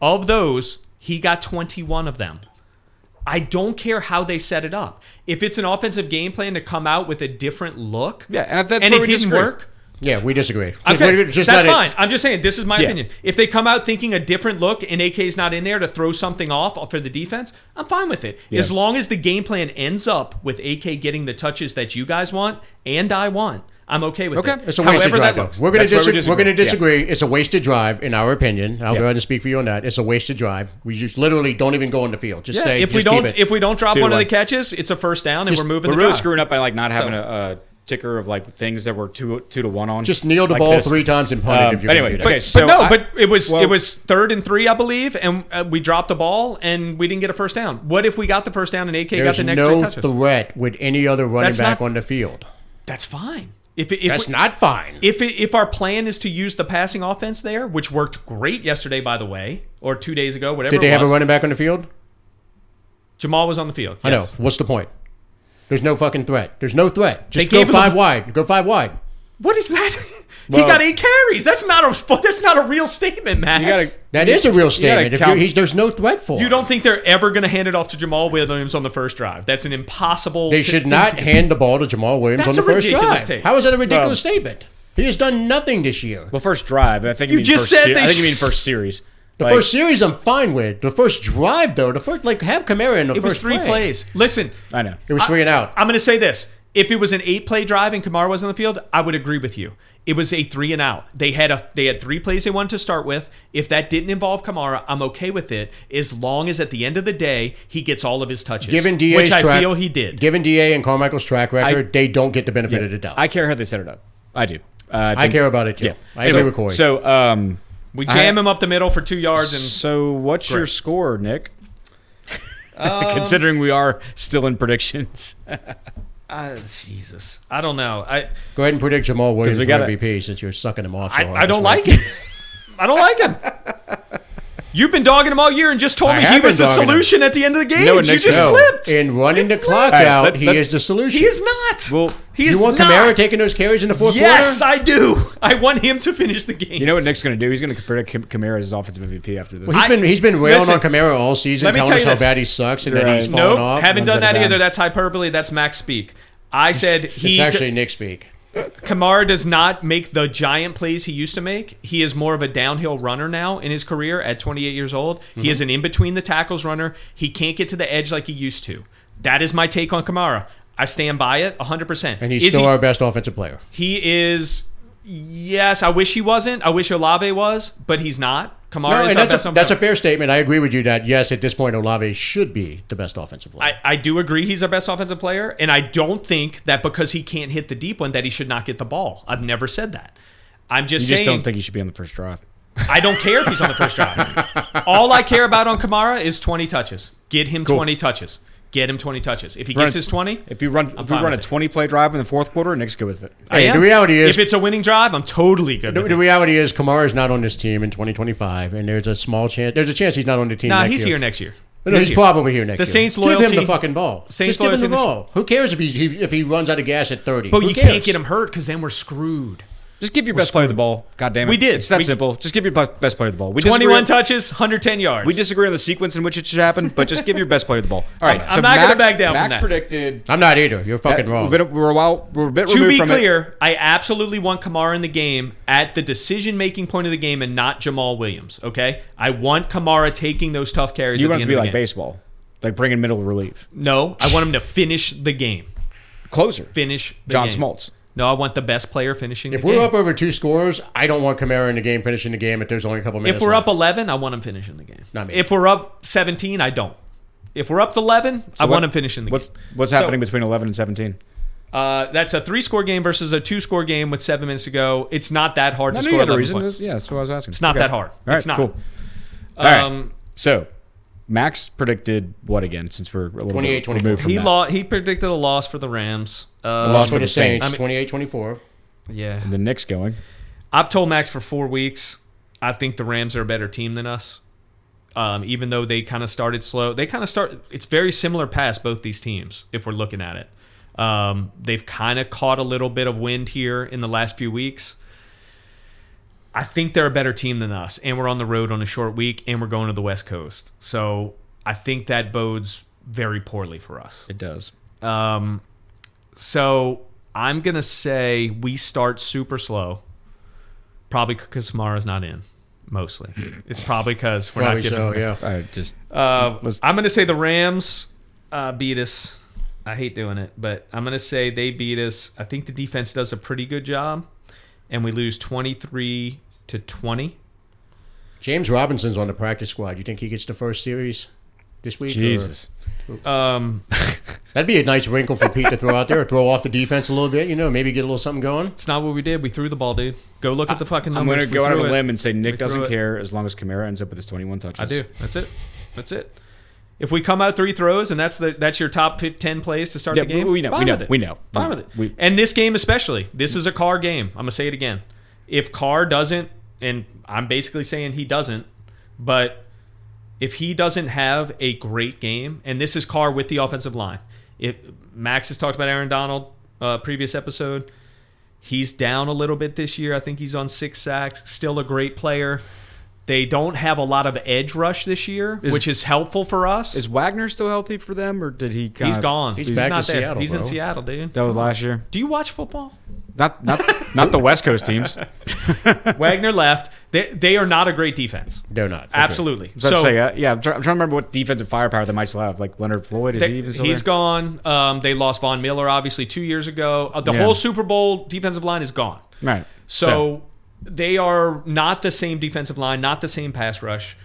Speaker 4: Of those, he got 21 of them. I don't care how they set it up. If it's an offensive game plan to come out with a different look,
Speaker 2: Yeah, and that's
Speaker 4: and
Speaker 2: where
Speaker 4: it
Speaker 2: we
Speaker 4: didn't
Speaker 2: disagree.
Speaker 4: work.
Speaker 3: Yeah, we disagree. Just-
Speaker 4: Okay,
Speaker 3: we're just
Speaker 4: that's
Speaker 3: let it-
Speaker 4: fine. I'm just saying this is my
Speaker 2: Yeah.
Speaker 4: opinion. If they come out thinking a different look and AK's not in there to throw something off for the defense, I'm fine with it. As long as the game plan ends up with AK getting the touches that you guys want and I want, I'm okay with
Speaker 2: Okay.
Speaker 4: it.
Speaker 3: It's a wasted
Speaker 4: However
Speaker 3: drive.
Speaker 4: that
Speaker 3: though.
Speaker 4: looks.
Speaker 3: We're going to
Speaker 2: That's where we
Speaker 3: dis- we're going to
Speaker 2: disagree.
Speaker 3: disagree. It's a wasted drive, in our opinion. I'll
Speaker 2: Yeah.
Speaker 3: go ahead and speak for you on that. It's a wasted drive. We just literally don't even go on the field. Just
Speaker 4: Yeah,
Speaker 3: say
Speaker 4: if we
Speaker 3: just keep
Speaker 4: don't
Speaker 3: it.
Speaker 4: if we don't drop
Speaker 2: Two to
Speaker 4: one of
Speaker 2: one.
Speaker 4: the catches, it's a first down and we're moving
Speaker 2: We're
Speaker 4: the
Speaker 2: really
Speaker 4: drive.
Speaker 2: screwing up by like not having a, a ticker of like things that were two two to one on.
Speaker 3: just kneel the
Speaker 2: like
Speaker 3: ball
Speaker 2: this.
Speaker 3: three times and punt
Speaker 2: Um,
Speaker 3: it. If you're gonna
Speaker 2: anyway,
Speaker 3: do
Speaker 2: okay,
Speaker 3: that.
Speaker 4: But
Speaker 2: so
Speaker 4: no,
Speaker 2: I-
Speaker 4: but it was
Speaker 2: well-
Speaker 4: it was third and three, I believe, and uh, we dropped the ball and we didn't get a first down. What if we got the first down and AK got
Speaker 3: there's
Speaker 4: the next three
Speaker 3: no
Speaker 4: touches?
Speaker 3: threat with any other running
Speaker 4: That's
Speaker 3: back
Speaker 4: not-
Speaker 3: on the field.
Speaker 4: That's fine. If, if
Speaker 3: That's
Speaker 4: we-
Speaker 3: not fine.
Speaker 4: if it, if our plan is to use the passing offense there, which worked great yesterday, by the way, or two days ago, whatever.
Speaker 3: Did
Speaker 4: it
Speaker 3: they have a
Speaker 4: was,
Speaker 3: running back on the field?
Speaker 4: Jamal was on the field.
Speaker 3: I know.
Speaker 4: yes.
Speaker 3: What's the point? There's no fucking threat. There's no threat. Just
Speaker 4: gave
Speaker 3: go
Speaker 4: him the-
Speaker 3: five wide. Go five wide.
Speaker 4: What is that?
Speaker 2: Well-
Speaker 4: he got eight carries. That's not a that's not a real statement, Max.
Speaker 2: You
Speaker 4: You,
Speaker 2: gotta-
Speaker 3: That is a real statement. If
Speaker 2: count-
Speaker 3: you, he's, there's no threat for. him.
Speaker 4: don't think they're ever going to hand it off to Jamal Williams on the first drive? That's an impossible.
Speaker 3: They
Speaker 4: to-
Speaker 3: should not hand the ball to Jamal Williams
Speaker 4: That's
Speaker 3: on the
Speaker 4: a
Speaker 3: first drive.
Speaker 4: ridiculous take.
Speaker 3: How is that a ridiculous
Speaker 2: Um,
Speaker 3: statement? He has done nothing this year.
Speaker 2: Well, first drive. I think you,
Speaker 4: You
Speaker 2: mean
Speaker 4: just
Speaker 2: first
Speaker 4: said
Speaker 2: se-
Speaker 4: they
Speaker 2: I think you
Speaker 4: sh-
Speaker 2: mean first series.
Speaker 3: The
Speaker 2: Like,
Speaker 3: first series, I'm fine with. The first drive, though, the first like have Kamara in the
Speaker 4: It
Speaker 3: first
Speaker 4: was three
Speaker 3: play.
Speaker 4: plays. Listen,
Speaker 2: I know.
Speaker 3: It was three and out.
Speaker 4: I'm going to say this. If it was an eight play drive and Kamara was on the field, I would agree with you. It was a three and out. They had a they had three plays they wanted to start with. If that didn't involve Kamara, I'm okay with it as long as at the end of the day he gets all of his touches.
Speaker 3: Given DA's
Speaker 4: which I
Speaker 3: track,
Speaker 4: feel he did.
Speaker 3: Given Da and Carmichael's track record, they don't get the benefit of the doubt.
Speaker 2: I
Speaker 3: I,
Speaker 2: care how they set it up. I do. Uh, think-
Speaker 3: care about it too.
Speaker 2: Yeah.
Speaker 3: I agree with Corey.
Speaker 2: So, um,
Speaker 4: we jam
Speaker 2: I-
Speaker 4: him up the middle for two yards and
Speaker 2: so what's your score, Nick? Considering we are still in predictions,
Speaker 4: Ah, Jesus, I don't know. I
Speaker 3: Go ahead and predict Jamal Williams
Speaker 2: we
Speaker 3: for
Speaker 2: gotta-
Speaker 3: MVP since you're sucking him off so hard.
Speaker 4: I, I
Speaker 3: this
Speaker 4: don't
Speaker 3: week.
Speaker 4: like it. I don't like him. You've been dogging him all year and just told
Speaker 3: I
Speaker 4: me he
Speaker 3: have
Speaker 4: was
Speaker 3: been
Speaker 4: the
Speaker 3: dogging him.
Speaker 4: solution at the end of the game.
Speaker 2: No,
Speaker 4: you
Speaker 2: Nick's
Speaker 4: just
Speaker 2: no.
Speaker 4: flipped.
Speaker 3: In running the clock
Speaker 2: Guys,
Speaker 3: out,
Speaker 2: let-
Speaker 3: he
Speaker 2: let's-
Speaker 3: is the solution.
Speaker 4: He is not.
Speaker 2: Well,
Speaker 4: he is
Speaker 3: you want
Speaker 4: not.
Speaker 3: Kamara taking those carries in the fourth
Speaker 4: Yes,
Speaker 3: quarter?
Speaker 4: I do. I want him to finish the game.
Speaker 2: you know what Nick's going to do. He's going to predict Kim- Kamara as his offensive MVP after this.
Speaker 3: Well, he's
Speaker 4: I-
Speaker 3: been he's been railing
Speaker 4: listen,
Speaker 3: on Kamara all season,
Speaker 4: let me
Speaker 3: telling
Speaker 4: tell
Speaker 3: us
Speaker 4: you
Speaker 3: how
Speaker 4: this.
Speaker 3: bad he sucks and
Speaker 2: Right.
Speaker 3: that he's fallen
Speaker 4: Nope,
Speaker 3: off.
Speaker 4: haven't
Speaker 2: runs
Speaker 4: done
Speaker 2: out
Speaker 4: that
Speaker 2: of
Speaker 4: either.
Speaker 2: bounds.
Speaker 4: That's hyperbole. That's Max speak. I said
Speaker 3: it's
Speaker 4: he
Speaker 3: actually
Speaker 4: d-
Speaker 3: Nick speak.
Speaker 4: Kamara does not make the giant plays he used to make. He is more of a downhill runner now in his career at 28 years old.
Speaker 3: Mm-hmm.
Speaker 4: He is an in between the tackles runner. He can't get to the edge like he used to. That is my take on Kamara. I stand by it 100%.
Speaker 3: And he's
Speaker 4: Is
Speaker 3: still
Speaker 4: he,
Speaker 3: our best offensive player.
Speaker 4: He is. Yes, I wish he wasn't. I wish Olave was, but he's not. Kamara
Speaker 3: No,
Speaker 4: is
Speaker 3: and
Speaker 4: our
Speaker 3: that's,
Speaker 4: best
Speaker 3: a,
Speaker 4: on-
Speaker 3: that's a fair statement. I agree with you that yes, at this point, Olave should be the best offensive player.
Speaker 4: I, I do agree he's our best offensive player, and I don't think that because he can't hit the deep one that he should not get the ball. I've never said that. I'm just
Speaker 2: You
Speaker 4: saying
Speaker 2: just don't think he should be on the first drive.
Speaker 4: I don't care if he's on the first drive. All I care about on Kamara is 20 touches. Get him 20 touches. Get him 20 touches. If he
Speaker 2: Run-
Speaker 4: gets his 20,
Speaker 2: If you run, if we
Speaker 4: fine
Speaker 2: run a
Speaker 4: with it.
Speaker 2: 20 play drive in the fourth quarter, Nick's good with it.
Speaker 4: I
Speaker 3: Hey,
Speaker 4: am.
Speaker 3: the reality is-
Speaker 4: if it's a winning drive, I'm totally good.
Speaker 3: the,
Speaker 4: with
Speaker 3: the
Speaker 4: it.
Speaker 3: reality is, Kamara is not on this team in 2025, and there's a small chance. There's a chance he's not on the team.
Speaker 4: Nah,
Speaker 3: next
Speaker 4: he's
Speaker 3: year.
Speaker 4: here next year.
Speaker 3: No, he's
Speaker 4: This year.
Speaker 3: probably here next
Speaker 4: The
Speaker 3: year.
Speaker 4: Saints'
Speaker 3: Give him the
Speaker 4: loyalty-
Speaker 3: fucking ball.
Speaker 4: Saints'
Speaker 3: Just give him the
Speaker 4: loyalty this-
Speaker 3: ball. Who cares if he if he runs out of gas at 30?
Speaker 4: But
Speaker 3: Who
Speaker 4: you
Speaker 3: cares?
Speaker 4: can't get him hurt because then we're screwed.
Speaker 2: Just give your best player the ball. God damn it.
Speaker 4: We did.
Speaker 2: It's that
Speaker 4: We-
Speaker 2: simple. Just give your be- best player the ball. We
Speaker 4: 21
Speaker 2: disagree,
Speaker 4: touches, 110 yards.
Speaker 2: We disagree on the sequence in which it should happen, but just give your best player the ball. All right.
Speaker 4: I'm
Speaker 2: so
Speaker 4: not gonna
Speaker 2: Max-
Speaker 4: back down from
Speaker 2: Max
Speaker 4: that.
Speaker 2: predicted.
Speaker 3: I'm not either.
Speaker 4: Uh,
Speaker 3: You're fucking
Speaker 2: that-
Speaker 3: wrong.
Speaker 2: We're, a bit- we're a while, we're a bit
Speaker 4: to
Speaker 2: removed
Speaker 4: be
Speaker 2: from it.
Speaker 4: clear, I absolutely want Kamara in the game at the decision-making point of the game and not Jamal Williams. Okay, I want Kamara taking those tough carries.
Speaker 2: You
Speaker 4: at
Speaker 2: want it
Speaker 4: the
Speaker 2: to
Speaker 4: end
Speaker 2: be
Speaker 4: of
Speaker 2: like
Speaker 4: the game.
Speaker 2: baseball, like bringing middle relief.
Speaker 4: No, I want him to finish the game.
Speaker 2: Closer.
Speaker 4: Finish the
Speaker 2: John
Speaker 4: game.
Speaker 2: Smoltz.
Speaker 4: No, I want the best player finishing.
Speaker 3: if
Speaker 4: the
Speaker 3: we're
Speaker 4: game.
Speaker 3: up over two scores, I don't want Kamara in the game finishing the game if there's only a couple minutes.
Speaker 4: if we're
Speaker 3: left.
Speaker 4: up 11, I want him finishing the game.
Speaker 3: Not me.
Speaker 4: If we're up 17, I don't. If we're up 11, I
Speaker 2: What-
Speaker 4: want him finishing the
Speaker 2: what's,
Speaker 4: game.
Speaker 2: What's
Speaker 4: So,
Speaker 2: happening between 11 and 17?
Speaker 4: Uh, that's a three-score game versus a two-score game with seven minutes to go. It's not that hard
Speaker 2: I
Speaker 4: to
Speaker 2: knew
Speaker 4: score
Speaker 2: you had a
Speaker 4: 11
Speaker 2: reason.
Speaker 4: points.
Speaker 2: Yeah, that's what I was asking. It's
Speaker 4: not that hard.
Speaker 2: All right,
Speaker 4: It's not.
Speaker 2: cool. All right.
Speaker 4: Um,
Speaker 2: So, Max predicted what again? Since we're a little
Speaker 3: 28,
Speaker 2: bit removed from
Speaker 4: He
Speaker 2: that.
Speaker 4: lo- He predicted a loss for the Rams. Uh,
Speaker 3: lost
Speaker 2: for
Speaker 3: for
Speaker 2: the
Speaker 3: the Saints,
Speaker 4: I mean-
Speaker 3: 28-24.
Speaker 4: Yeah.
Speaker 2: the Knicks going.
Speaker 4: I've told Max for four weeks, I think the Rams are a better team than us. Um, even though they kind of started slow, they kind of start. It's very similar past both these teams if we're looking at it. Um, they've kind of caught a little bit of wind here in the last few weeks. I think they're a better team than us, and we're on the road on a short week, and we're going to the West Coast. So I think that bodes very poorly for us.
Speaker 2: It does.
Speaker 4: Um, so I'm gonna say we start super slow, probably because Kamara's not in. Mostly, it's probably because we're
Speaker 3: Probably
Speaker 4: not
Speaker 3: so.
Speaker 4: giving.
Speaker 3: Yeah.
Speaker 2: All right, just
Speaker 4: Uh,
Speaker 2: Let's-
Speaker 4: I'm gonna say the Rams uh, beat us. I hate doing it, but I'm gonna say they beat us. I think the defense does a pretty good job, and we lose 23 to 20.
Speaker 3: James Robinson's on the practice squad. You think he gets the first series this week? or-
Speaker 2: Jesus.
Speaker 4: Um,
Speaker 3: That'd be a nice wrinkle for Pete to throw out there. Throw off the defense a little bit, you know, maybe get a little something going.
Speaker 4: it's not what we did. We threw the ball, dude. Go look at the fucking
Speaker 2: I'm
Speaker 4: numbers.
Speaker 2: going to
Speaker 4: We
Speaker 2: go out on
Speaker 4: threw
Speaker 2: a
Speaker 4: it.
Speaker 2: limb and say Nick
Speaker 4: We threw
Speaker 2: doesn't
Speaker 4: it.
Speaker 2: care as long as Kamara ends up with his 21 touches.
Speaker 4: I do. That's it. That's it. If we come out three throws and that's the that's your top fi- ten plays to start
Speaker 2: Yeah,
Speaker 4: the game,
Speaker 2: we- we know, we
Speaker 4: fine
Speaker 2: know,
Speaker 4: with it.
Speaker 2: we know.
Speaker 4: fine
Speaker 2: We-
Speaker 4: with it.
Speaker 2: we-
Speaker 4: and this game especially, this is a Carr game. I'm gonna say it again. If Carr doesn't, and I'm basically saying he doesn't, but if he doesn't have a great game, and this is Carr with the offensive line, if Max has talked about Aaron Donald uh, previous episode, He's down a little bit this year. I think he's on six sacks. Still a great player. They don't have a lot of edge rush this year, which is helpful for us.
Speaker 2: Is Wagner still healthy for them, or did he? Kind
Speaker 4: he's gone.
Speaker 3: he's back
Speaker 4: not
Speaker 3: to
Speaker 4: there.
Speaker 3: Seattle,
Speaker 4: he's in
Speaker 3: bro.
Speaker 4: Seattle, dude.
Speaker 2: That was last year.
Speaker 4: Do you watch football?
Speaker 2: Not not not the West Coast teams. I
Speaker 4: Wagner left. They, they are not a great defense.
Speaker 3: They're not. Okay.
Speaker 4: Absolutely.
Speaker 2: was about
Speaker 4: So
Speaker 2: to say, uh, yeah, I'm, try- I'm trying to remember what defensive firepower they might still have. Like Leonard Floyd, is
Speaker 4: they,
Speaker 2: he even
Speaker 4: has
Speaker 2: still there?
Speaker 4: gone. Um, they lost Von Miller obviously two years ago. Uh, the
Speaker 2: Yeah.
Speaker 4: whole Super Bowl defensive line is gone.
Speaker 2: Right.
Speaker 4: So, they are not the same defensive line, not the same pass rush.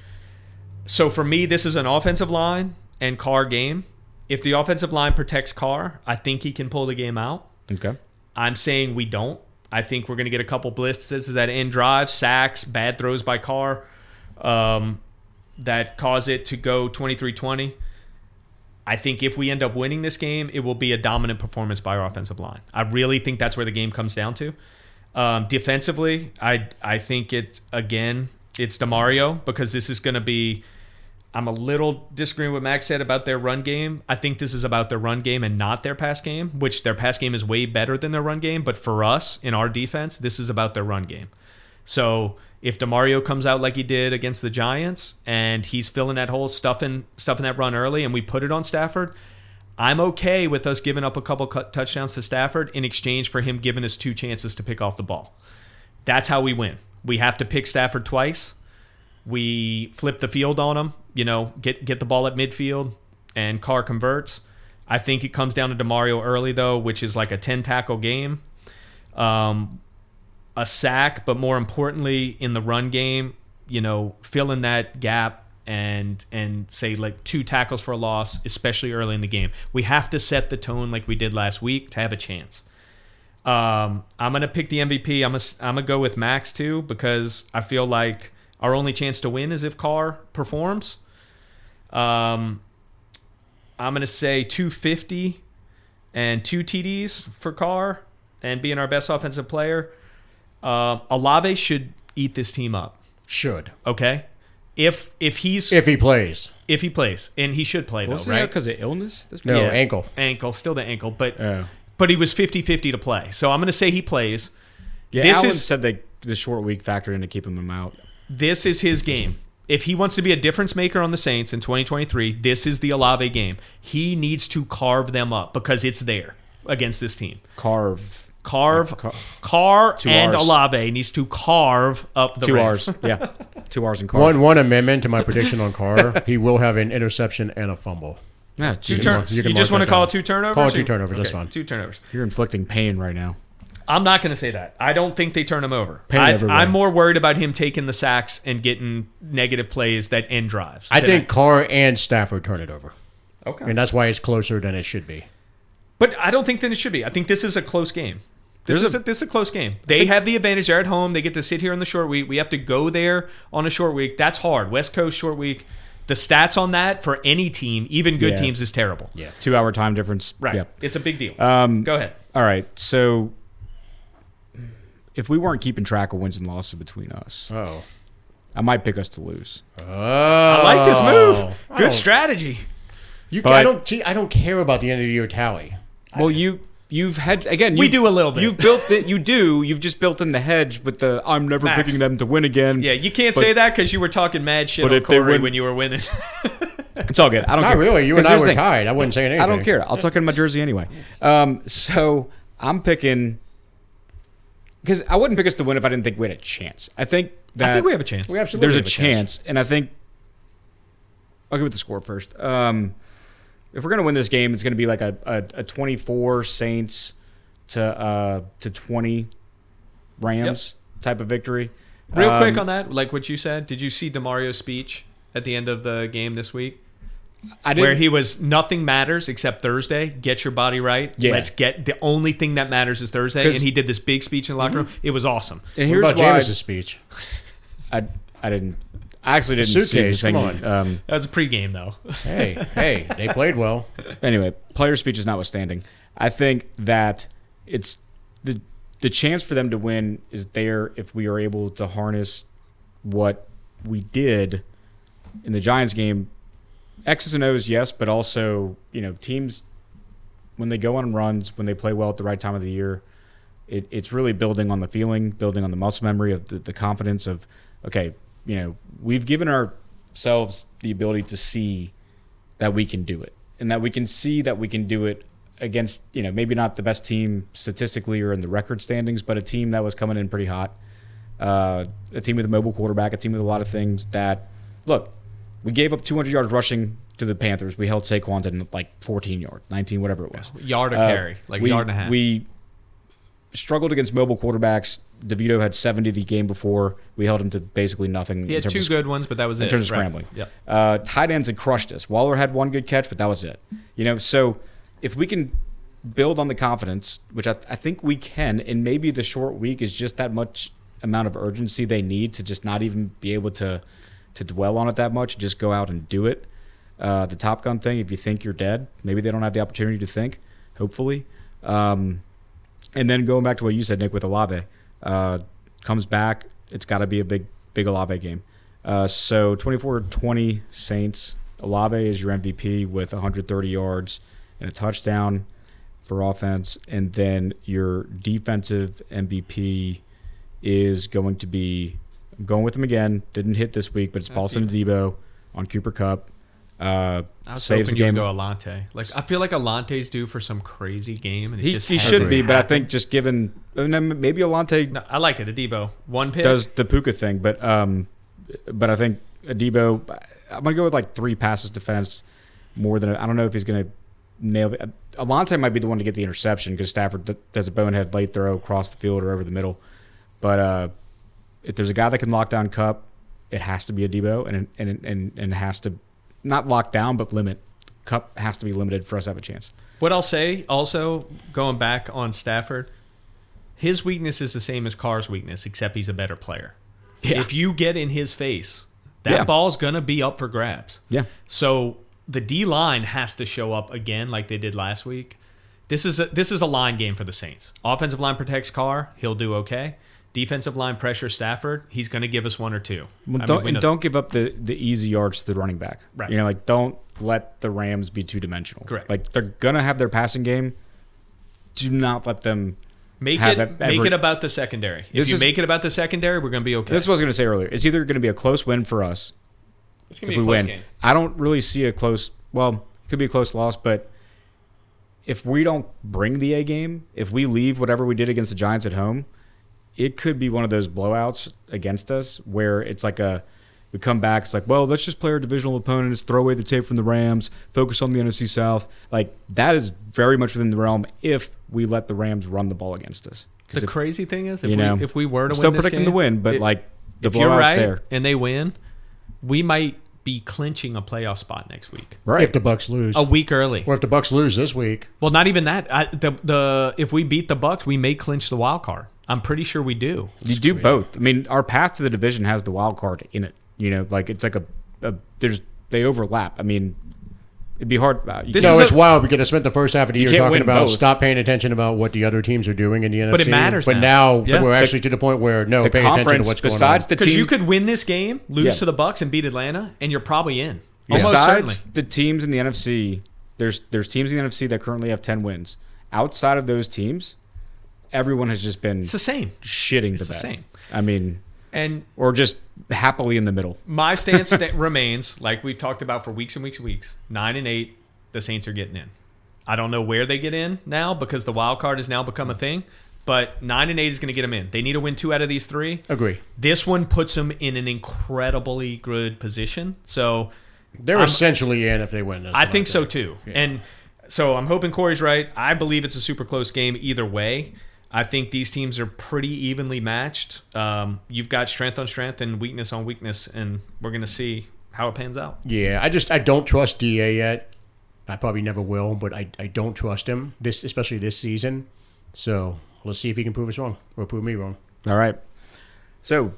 Speaker 4: So for me, this is an offensive line and Carr game. If the offensive line protects Carr, I think he can pull the game out.
Speaker 2: okay.
Speaker 4: I'm saying we don't. I think we're going to get a couple blitzes that end drive, sacks, bad throws by Carr um, that cause it to go 23 20. I think if we end up winning this game, it will be a dominant performance by our offensive line. I really think that's where the game comes down to. Um, defensively, I I think it's again it's Demario because this is going to be. I'm a little disagreeing with what Max said about their run game. I think this is about their run game and not their pass game, which their pass game is way better than their run game. But for us in our defense, this is about their run game. So if Demario comes out like he did against the Giants and he's filling that hole, stuffing stuffing that run early, and we put it on Stafford, I'm okay with us giving up a couple cut touchdowns to Stafford in exchange for him giving us two chances to pick off the ball. That's how we win. We have to pick Stafford twice. We flip the field on him. You know, get get the ball at midfield, and Carr converts. I think it comes down to Demario early though, which is like a ten tackle game. Um, a sack, but more importantly, in the run game, you know, fill in that gap and and say like two tackles for a loss, especially early in the game. We have to set the tone like we did last week to have a chance. Um, I'm gonna pick the MVP. I'm gonna I'm gonna go with Max too because I feel like our only chance to win is if Carr performs. Um, I'm gonna say 250 and two TDs for Carr and being our best offensive player. Uh, Alave should eat this team up.
Speaker 3: Should
Speaker 4: Okay, if if he's
Speaker 3: if he plays.
Speaker 4: if he plays, and he should play though, right?
Speaker 2: because uh, of illness? This
Speaker 3: No, ankle.
Speaker 4: ankle, still the ankle, but
Speaker 2: Oh.
Speaker 4: but he was 50-50 to play. So I'm going to say he plays.
Speaker 2: Yeah,
Speaker 4: This
Speaker 2: Allen
Speaker 4: is-
Speaker 2: said they the short week factored in to keeping them out.
Speaker 4: This is his game. If he wants to be a difference maker on the Saints in 2023, this is the Alave game. He needs to carve them up because it's there against this team.
Speaker 2: Carve
Speaker 4: Carve,
Speaker 2: Car-
Speaker 4: Carr and
Speaker 2: Rs.
Speaker 4: Alave needs to carve up the
Speaker 2: two
Speaker 4: Rams.
Speaker 2: R's. Yeah, two R's and carve.
Speaker 3: One one amendment to my prediction on Carr. he will have an interception and a fumble.
Speaker 2: Yeah,
Speaker 4: Two
Speaker 2: jeez.
Speaker 3: turn-
Speaker 4: turns.
Speaker 3: you
Speaker 4: You,
Speaker 3: can
Speaker 4: just
Speaker 3: mark
Speaker 4: want
Speaker 3: that
Speaker 4: to call
Speaker 3: down.
Speaker 4: it two turnovers?
Speaker 3: Call it two
Speaker 4: You-
Speaker 3: turnovers, that's fine.
Speaker 4: Two turnovers.
Speaker 2: You're inflicting pain right now.
Speaker 4: I'm not going to say that. I don't think they turn him over.
Speaker 2: Pain
Speaker 4: I,
Speaker 2: everywhere.
Speaker 4: I'm more worried about him taking the sacks and getting negative plays that end drives.
Speaker 3: I
Speaker 4: than
Speaker 3: think Carr and Stafford turn it over,
Speaker 4: Okay.
Speaker 3: and that's why it's closer than it should be.
Speaker 4: But I don't think that it should be. I think this is a close game. This
Speaker 2: There's
Speaker 4: is a, this is a close game. They have the advantage. They're at home. They get to sit here on the short week. We have to go there on a short week. That's hard. West Coast short week. The stats on that for any team, even good
Speaker 2: Yeah.
Speaker 4: teams, is terrible. Yeah.
Speaker 2: Two hour time difference.
Speaker 4: Right.
Speaker 2: Yep.
Speaker 4: It's a big deal. Um, go ahead.
Speaker 2: All right. So if we weren't keeping track of wins and losses between us,
Speaker 3: Oh,
Speaker 2: I might pick us to lose.
Speaker 3: oh!
Speaker 4: I
Speaker 3: I
Speaker 4: like this move.
Speaker 3: Oh. don't-
Speaker 4: Good strategy.
Speaker 3: You,
Speaker 2: But-
Speaker 3: I don't. See, I don't care about the end of the year tally.
Speaker 2: Well, you you've hedged again.
Speaker 4: We
Speaker 2: you-
Speaker 4: do a little bit.
Speaker 2: You've built it. You do. You've just built in the hedge with the I'm never
Speaker 4: Max.
Speaker 2: picking them to win again.
Speaker 4: Yeah, you can't
Speaker 2: But
Speaker 4: say that because you were talking mad shit
Speaker 2: But
Speaker 4: on
Speaker 2: if they
Speaker 4: Corey
Speaker 2: win-
Speaker 4: when you were winning.
Speaker 2: It's all good. I don't.
Speaker 3: Not
Speaker 2: care.
Speaker 3: really. You
Speaker 2: 'Cause
Speaker 3: and I
Speaker 2: here's the
Speaker 3: were
Speaker 2: thing.
Speaker 3: tied. I wasn't saying anything.
Speaker 2: I don't care. I'll tuck it in my jersey anyway. Um, so I'm picking because I wouldn't pick us to win if I didn't think we had a chance. I think that
Speaker 4: I think we have a chance.
Speaker 3: We absolutely
Speaker 2: there's a
Speaker 3: have chance.
Speaker 2: chance, and I think I'll give it the score first. Um, if we're gonna win this game, it's gonna be like a, a, a 24 Saints to uh, to 20 Rams type of victory.
Speaker 4: Real
Speaker 2: Um,
Speaker 4: quick on that, like what you said, did you see Demario's speech at the end of the game this week,
Speaker 2: I didn't,
Speaker 4: where he was nothing matters except Thursday. Get your body right.
Speaker 2: Yeah.
Speaker 4: Let's get the only thing that matters is Thursday. And
Speaker 2: 'Cause- Mm-hmm.
Speaker 4: he did this big speech in the locker room. It was awesome.
Speaker 2: and
Speaker 3: What
Speaker 2: here's
Speaker 3: about
Speaker 2: why
Speaker 3: Jameis' speech?
Speaker 2: I, I didn't. I actually didn't see the
Speaker 3: suitcase,
Speaker 2: thing.
Speaker 3: come on.
Speaker 2: Um,
Speaker 4: That was a pregame though.
Speaker 3: Hey, hey, they played well.
Speaker 2: anyway, player speech is notwithstanding. I think that it's the the chance for them to win is there if we are able to harness what we did in the Giants game. X's and O's, yes, but also you know teams when they go on runs when they play well at the right time of the year. It, it's really building on the feeling, building on the muscle memory of the, the confidence of, okay, you know, we've given ourselves the ability to see that we can do it and that we can see that we can do it against you know maybe not the best team statistically or in the record standings but a team that was coming in pretty hot uh, a team with a mobile quarterback a team with a lot of things that look we gave up 200 yards rushing to the Panthers we held Saquon to like 14 yards 19 whatever it was
Speaker 4: Yard of
Speaker 2: Uh,
Speaker 4: carry, like
Speaker 2: we-
Speaker 4: yard and a half.
Speaker 2: we struggled against mobile quarterbacks DeVito had 70 the game before we held him to basically nothing
Speaker 4: he
Speaker 2: in
Speaker 4: had
Speaker 2: terms
Speaker 4: two
Speaker 2: of
Speaker 4: good ones, but that was it.
Speaker 2: in terms of
Speaker 4: Right.
Speaker 2: scrambling.
Speaker 4: Yep.
Speaker 2: Uh, tight ends had crushed us. Waller had one good catch, but that was it. You know, so if we can build on the confidence, which I, I think we can, and maybe the short week is just that much amount of urgency they need to just not even be able to to dwell on it that much. Just go out and do it. Uh, the Top Gun thing. If you think you're dead, maybe they don't have the opportunity to think. Hopefully. Um, and then going back to what you said, Nick, with Olave, uh, comes back. It's got to be a big, big Olave game. Uh, so 24 20 Saints. Olave is your MVP with 130 yards and a touchdown for offense. And then your defensive MVP is going to be, I'm going with him again. Didn't hit this week,
Speaker 4: Uh,
Speaker 2: but it's Paulson Debo on Cooper Cup. Uh,
Speaker 4: I was
Speaker 2: saves the
Speaker 4: hoping you
Speaker 2: game.
Speaker 4: would go Alante. Like I feel like Alante's due for some crazy game, and it
Speaker 2: He,
Speaker 4: just
Speaker 2: he
Speaker 4: hasn't
Speaker 2: should be, but I
Speaker 4: happened.
Speaker 2: think just given, and then maybe Alante
Speaker 4: No, I like it. Adebo one pick.
Speaker 2: does the Puka thing, but um, but I think Adebo. I'm gonna go with like three passes defense more than I don't know if he's gonna nail the Alante might be the one to get the interception because Stafford th- does a bonehead late throw across the field or over the middle. But uh, if there's a guy that can lock down Cup, it has to be a Debo and and and and it has to not lock down but limit. Cup has to be limited for us to have a chance.
Speaker 4: What I'll say also, going back on Stafford, his weakness is the same as Carr's weakness, except he's a better player.
Speaker 2: Yeah.
Speaker 4: If you get in his face, that
Speaker 2: Yeah.
Speaker 4: ball's going to be up for grabs.
Speaker 2: Yeah.
Speaker 4: So the D line has to show up again like they did last week. This is a, this is a line game for the Saints. Offensive line protects Carr, he'll do okay. Defensive line pressure Stafford, he's going to give us one or two. I
Speaker 2: Well,
Speaker 4: mean,
Speaker 2: don't
Speaker 4: we
Speaker 2: and
Speaker 4: know-
Speaker 2: don't give up the, the easy yards to the running back.
Speaker 4: Right.
Speaker 2: You know, like don't let the Rams be two dimensional.
Speaker 4: Correct.
Speaker 2: Like they're gonna have their passing game. Do not let them.
Speaker 4: make
Speaker 2: have
Speaker 4: it
Speaker 2: ev-
Speaker 4: make
Speaker 2: every-
Speaker 4: it about the secondary. If
Speaker 2: This
Speaker 4: you
Speaker 2: is-
Speaker 4: make it about the secondary, we're going to be okay.
Speaker 2: This is what I was gonna say earlier. It's either gonna be a close win for us
Speaker 4: it's going
Speaker 2: if
Speaker 4: to be
Speaker 2: we
Speaker 4: a close
Speaker 2: win.
Speaker 4: game.
Speaker 2: I don't really see a close. Well, it could be a close loss, but if we don't bring the A game, if we leave whatever we did against the Giants at home, it could be one of those blowouts against us where it's like a we come back. It's like, well, let's just play our divisional opponents, throw away the tape from the Rams, focus on the NFC South. Like that is very much within the realm if we let the Rams run the ball against us. 'Cause
Speaker 4: The
Speaker 2: if-
Speaker 4: crazy thing is, if,
Speaker 2: you know,
Speaker 4: we, if we were to
Speaker 2: still
Speaker 4: win this
Speaker 2: predicting
Speaker 4: game,
Speaker 2: the win, but
Speaker 4: it-
Speaker 2: like the
Speaker 4: if you're
Speaker 2: blowout's
Speaker 4: right
Speaker 2: there,
Speaker 4: and they win, we might be clinching a playoff spot next week,
Speaker 2: right?
Speaker 3: If the Bucks lose,
Speaker 4: a week early.
Speaker 3: or if the Bucks lose this week,
Speaker 4: Well, not even that. I, the the if we beat the Bucks, we may clinch the wild card. I'm pretty sure we do.
Speaker 2: You do both. I mean, our path to the division has the wild card in it. You know, like it's like a, a there's they overlap. I mean, it'd be hard. Uh, you
Speaker 4: This
Speaker 2: can't-
Speaker 3: no,
Speaker 4: is a-
Speaker 3: it's wild because I spent the first half of the year
Speaker 2: can't win
Speaker 3: talking about
Speaker 2: both.
Speaker 3: stop paying attention about what the other teams are doing in the NFC.
Speaker 4: But it matters
Speaker 3: But
Speaker 4: now.
Speaker 3: now,
Speaker 4: Yeah.
Speaker 3: we're actually to the point where no,
Speaker 2: the
Speaker 3: paying attention to
Speaker 2: conference
Speaker 3: what's going
Speaker 2: besides
Speaker 3: on.
Speaker 2: the
Speaker 4: Because
Speaker 2: team
Speaker 4: you could win this game, lose
Speaker 2: Yeah.
Speaker 4: to the Bucks, and beat Atlanta, and you're probably in. Almost
Speaker 2: besides
Speaker 4: certainly.
Speaker 2: the teams in the NFC. There's there's teams in the NFC that currently have ten wins. Outside of those teams, everyone has just been
Speaker 4: It's the same.
Speaker 2: shitting the
Speaker 4: the
Speaker 2: bed.
Speaker 4: same.
Speaker 2: I mean,
Speaker 4: And
Speaker 2: or just happily in the middle.
Speaker 4: my stance sta- remains like we've talked about for weeks and weeks and weeks. Nine and eight, the Saints are getting in. I don't know where they get in now because the wild card has now become a thing. But nine and eight is going to get them in. They need to win two out of these three.
Speaker 3: Agree.
Speaker 4: This one puts them in an incredibly good position. So
Speaker 3: They're
Speaker 4: I'm-
Speaker 3: essentially in if they win this.
Speaker 4: I
Speaker 3: one,
Speaker 4: think so too. And so I'm hoping Corey's right. I believe it's a super close game either way. I think these teams are pretty evenly matched. Um, you've got strength on strength and weakness on weakness, and we're going to see how it pans out.
Speaker 3: Yeah, I just I don't trust Da yet. I probably never will, but I, I don't trust him this especially this season. So let's see if he can prove us wrong or prove me wrong.
Speaker 2: All right. So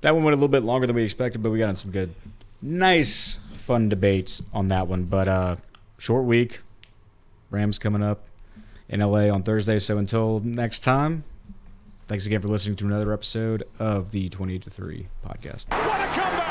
Speaker 2: that one went a little bit longer than we expected, but we got in some good, nice, fun debates on that one. But uh, short week, Rams coming up in LA on Thursday. So until next time, thanks again for listening to another episode of the 28 to 3 podcast.
Speaker 1: What a comeback!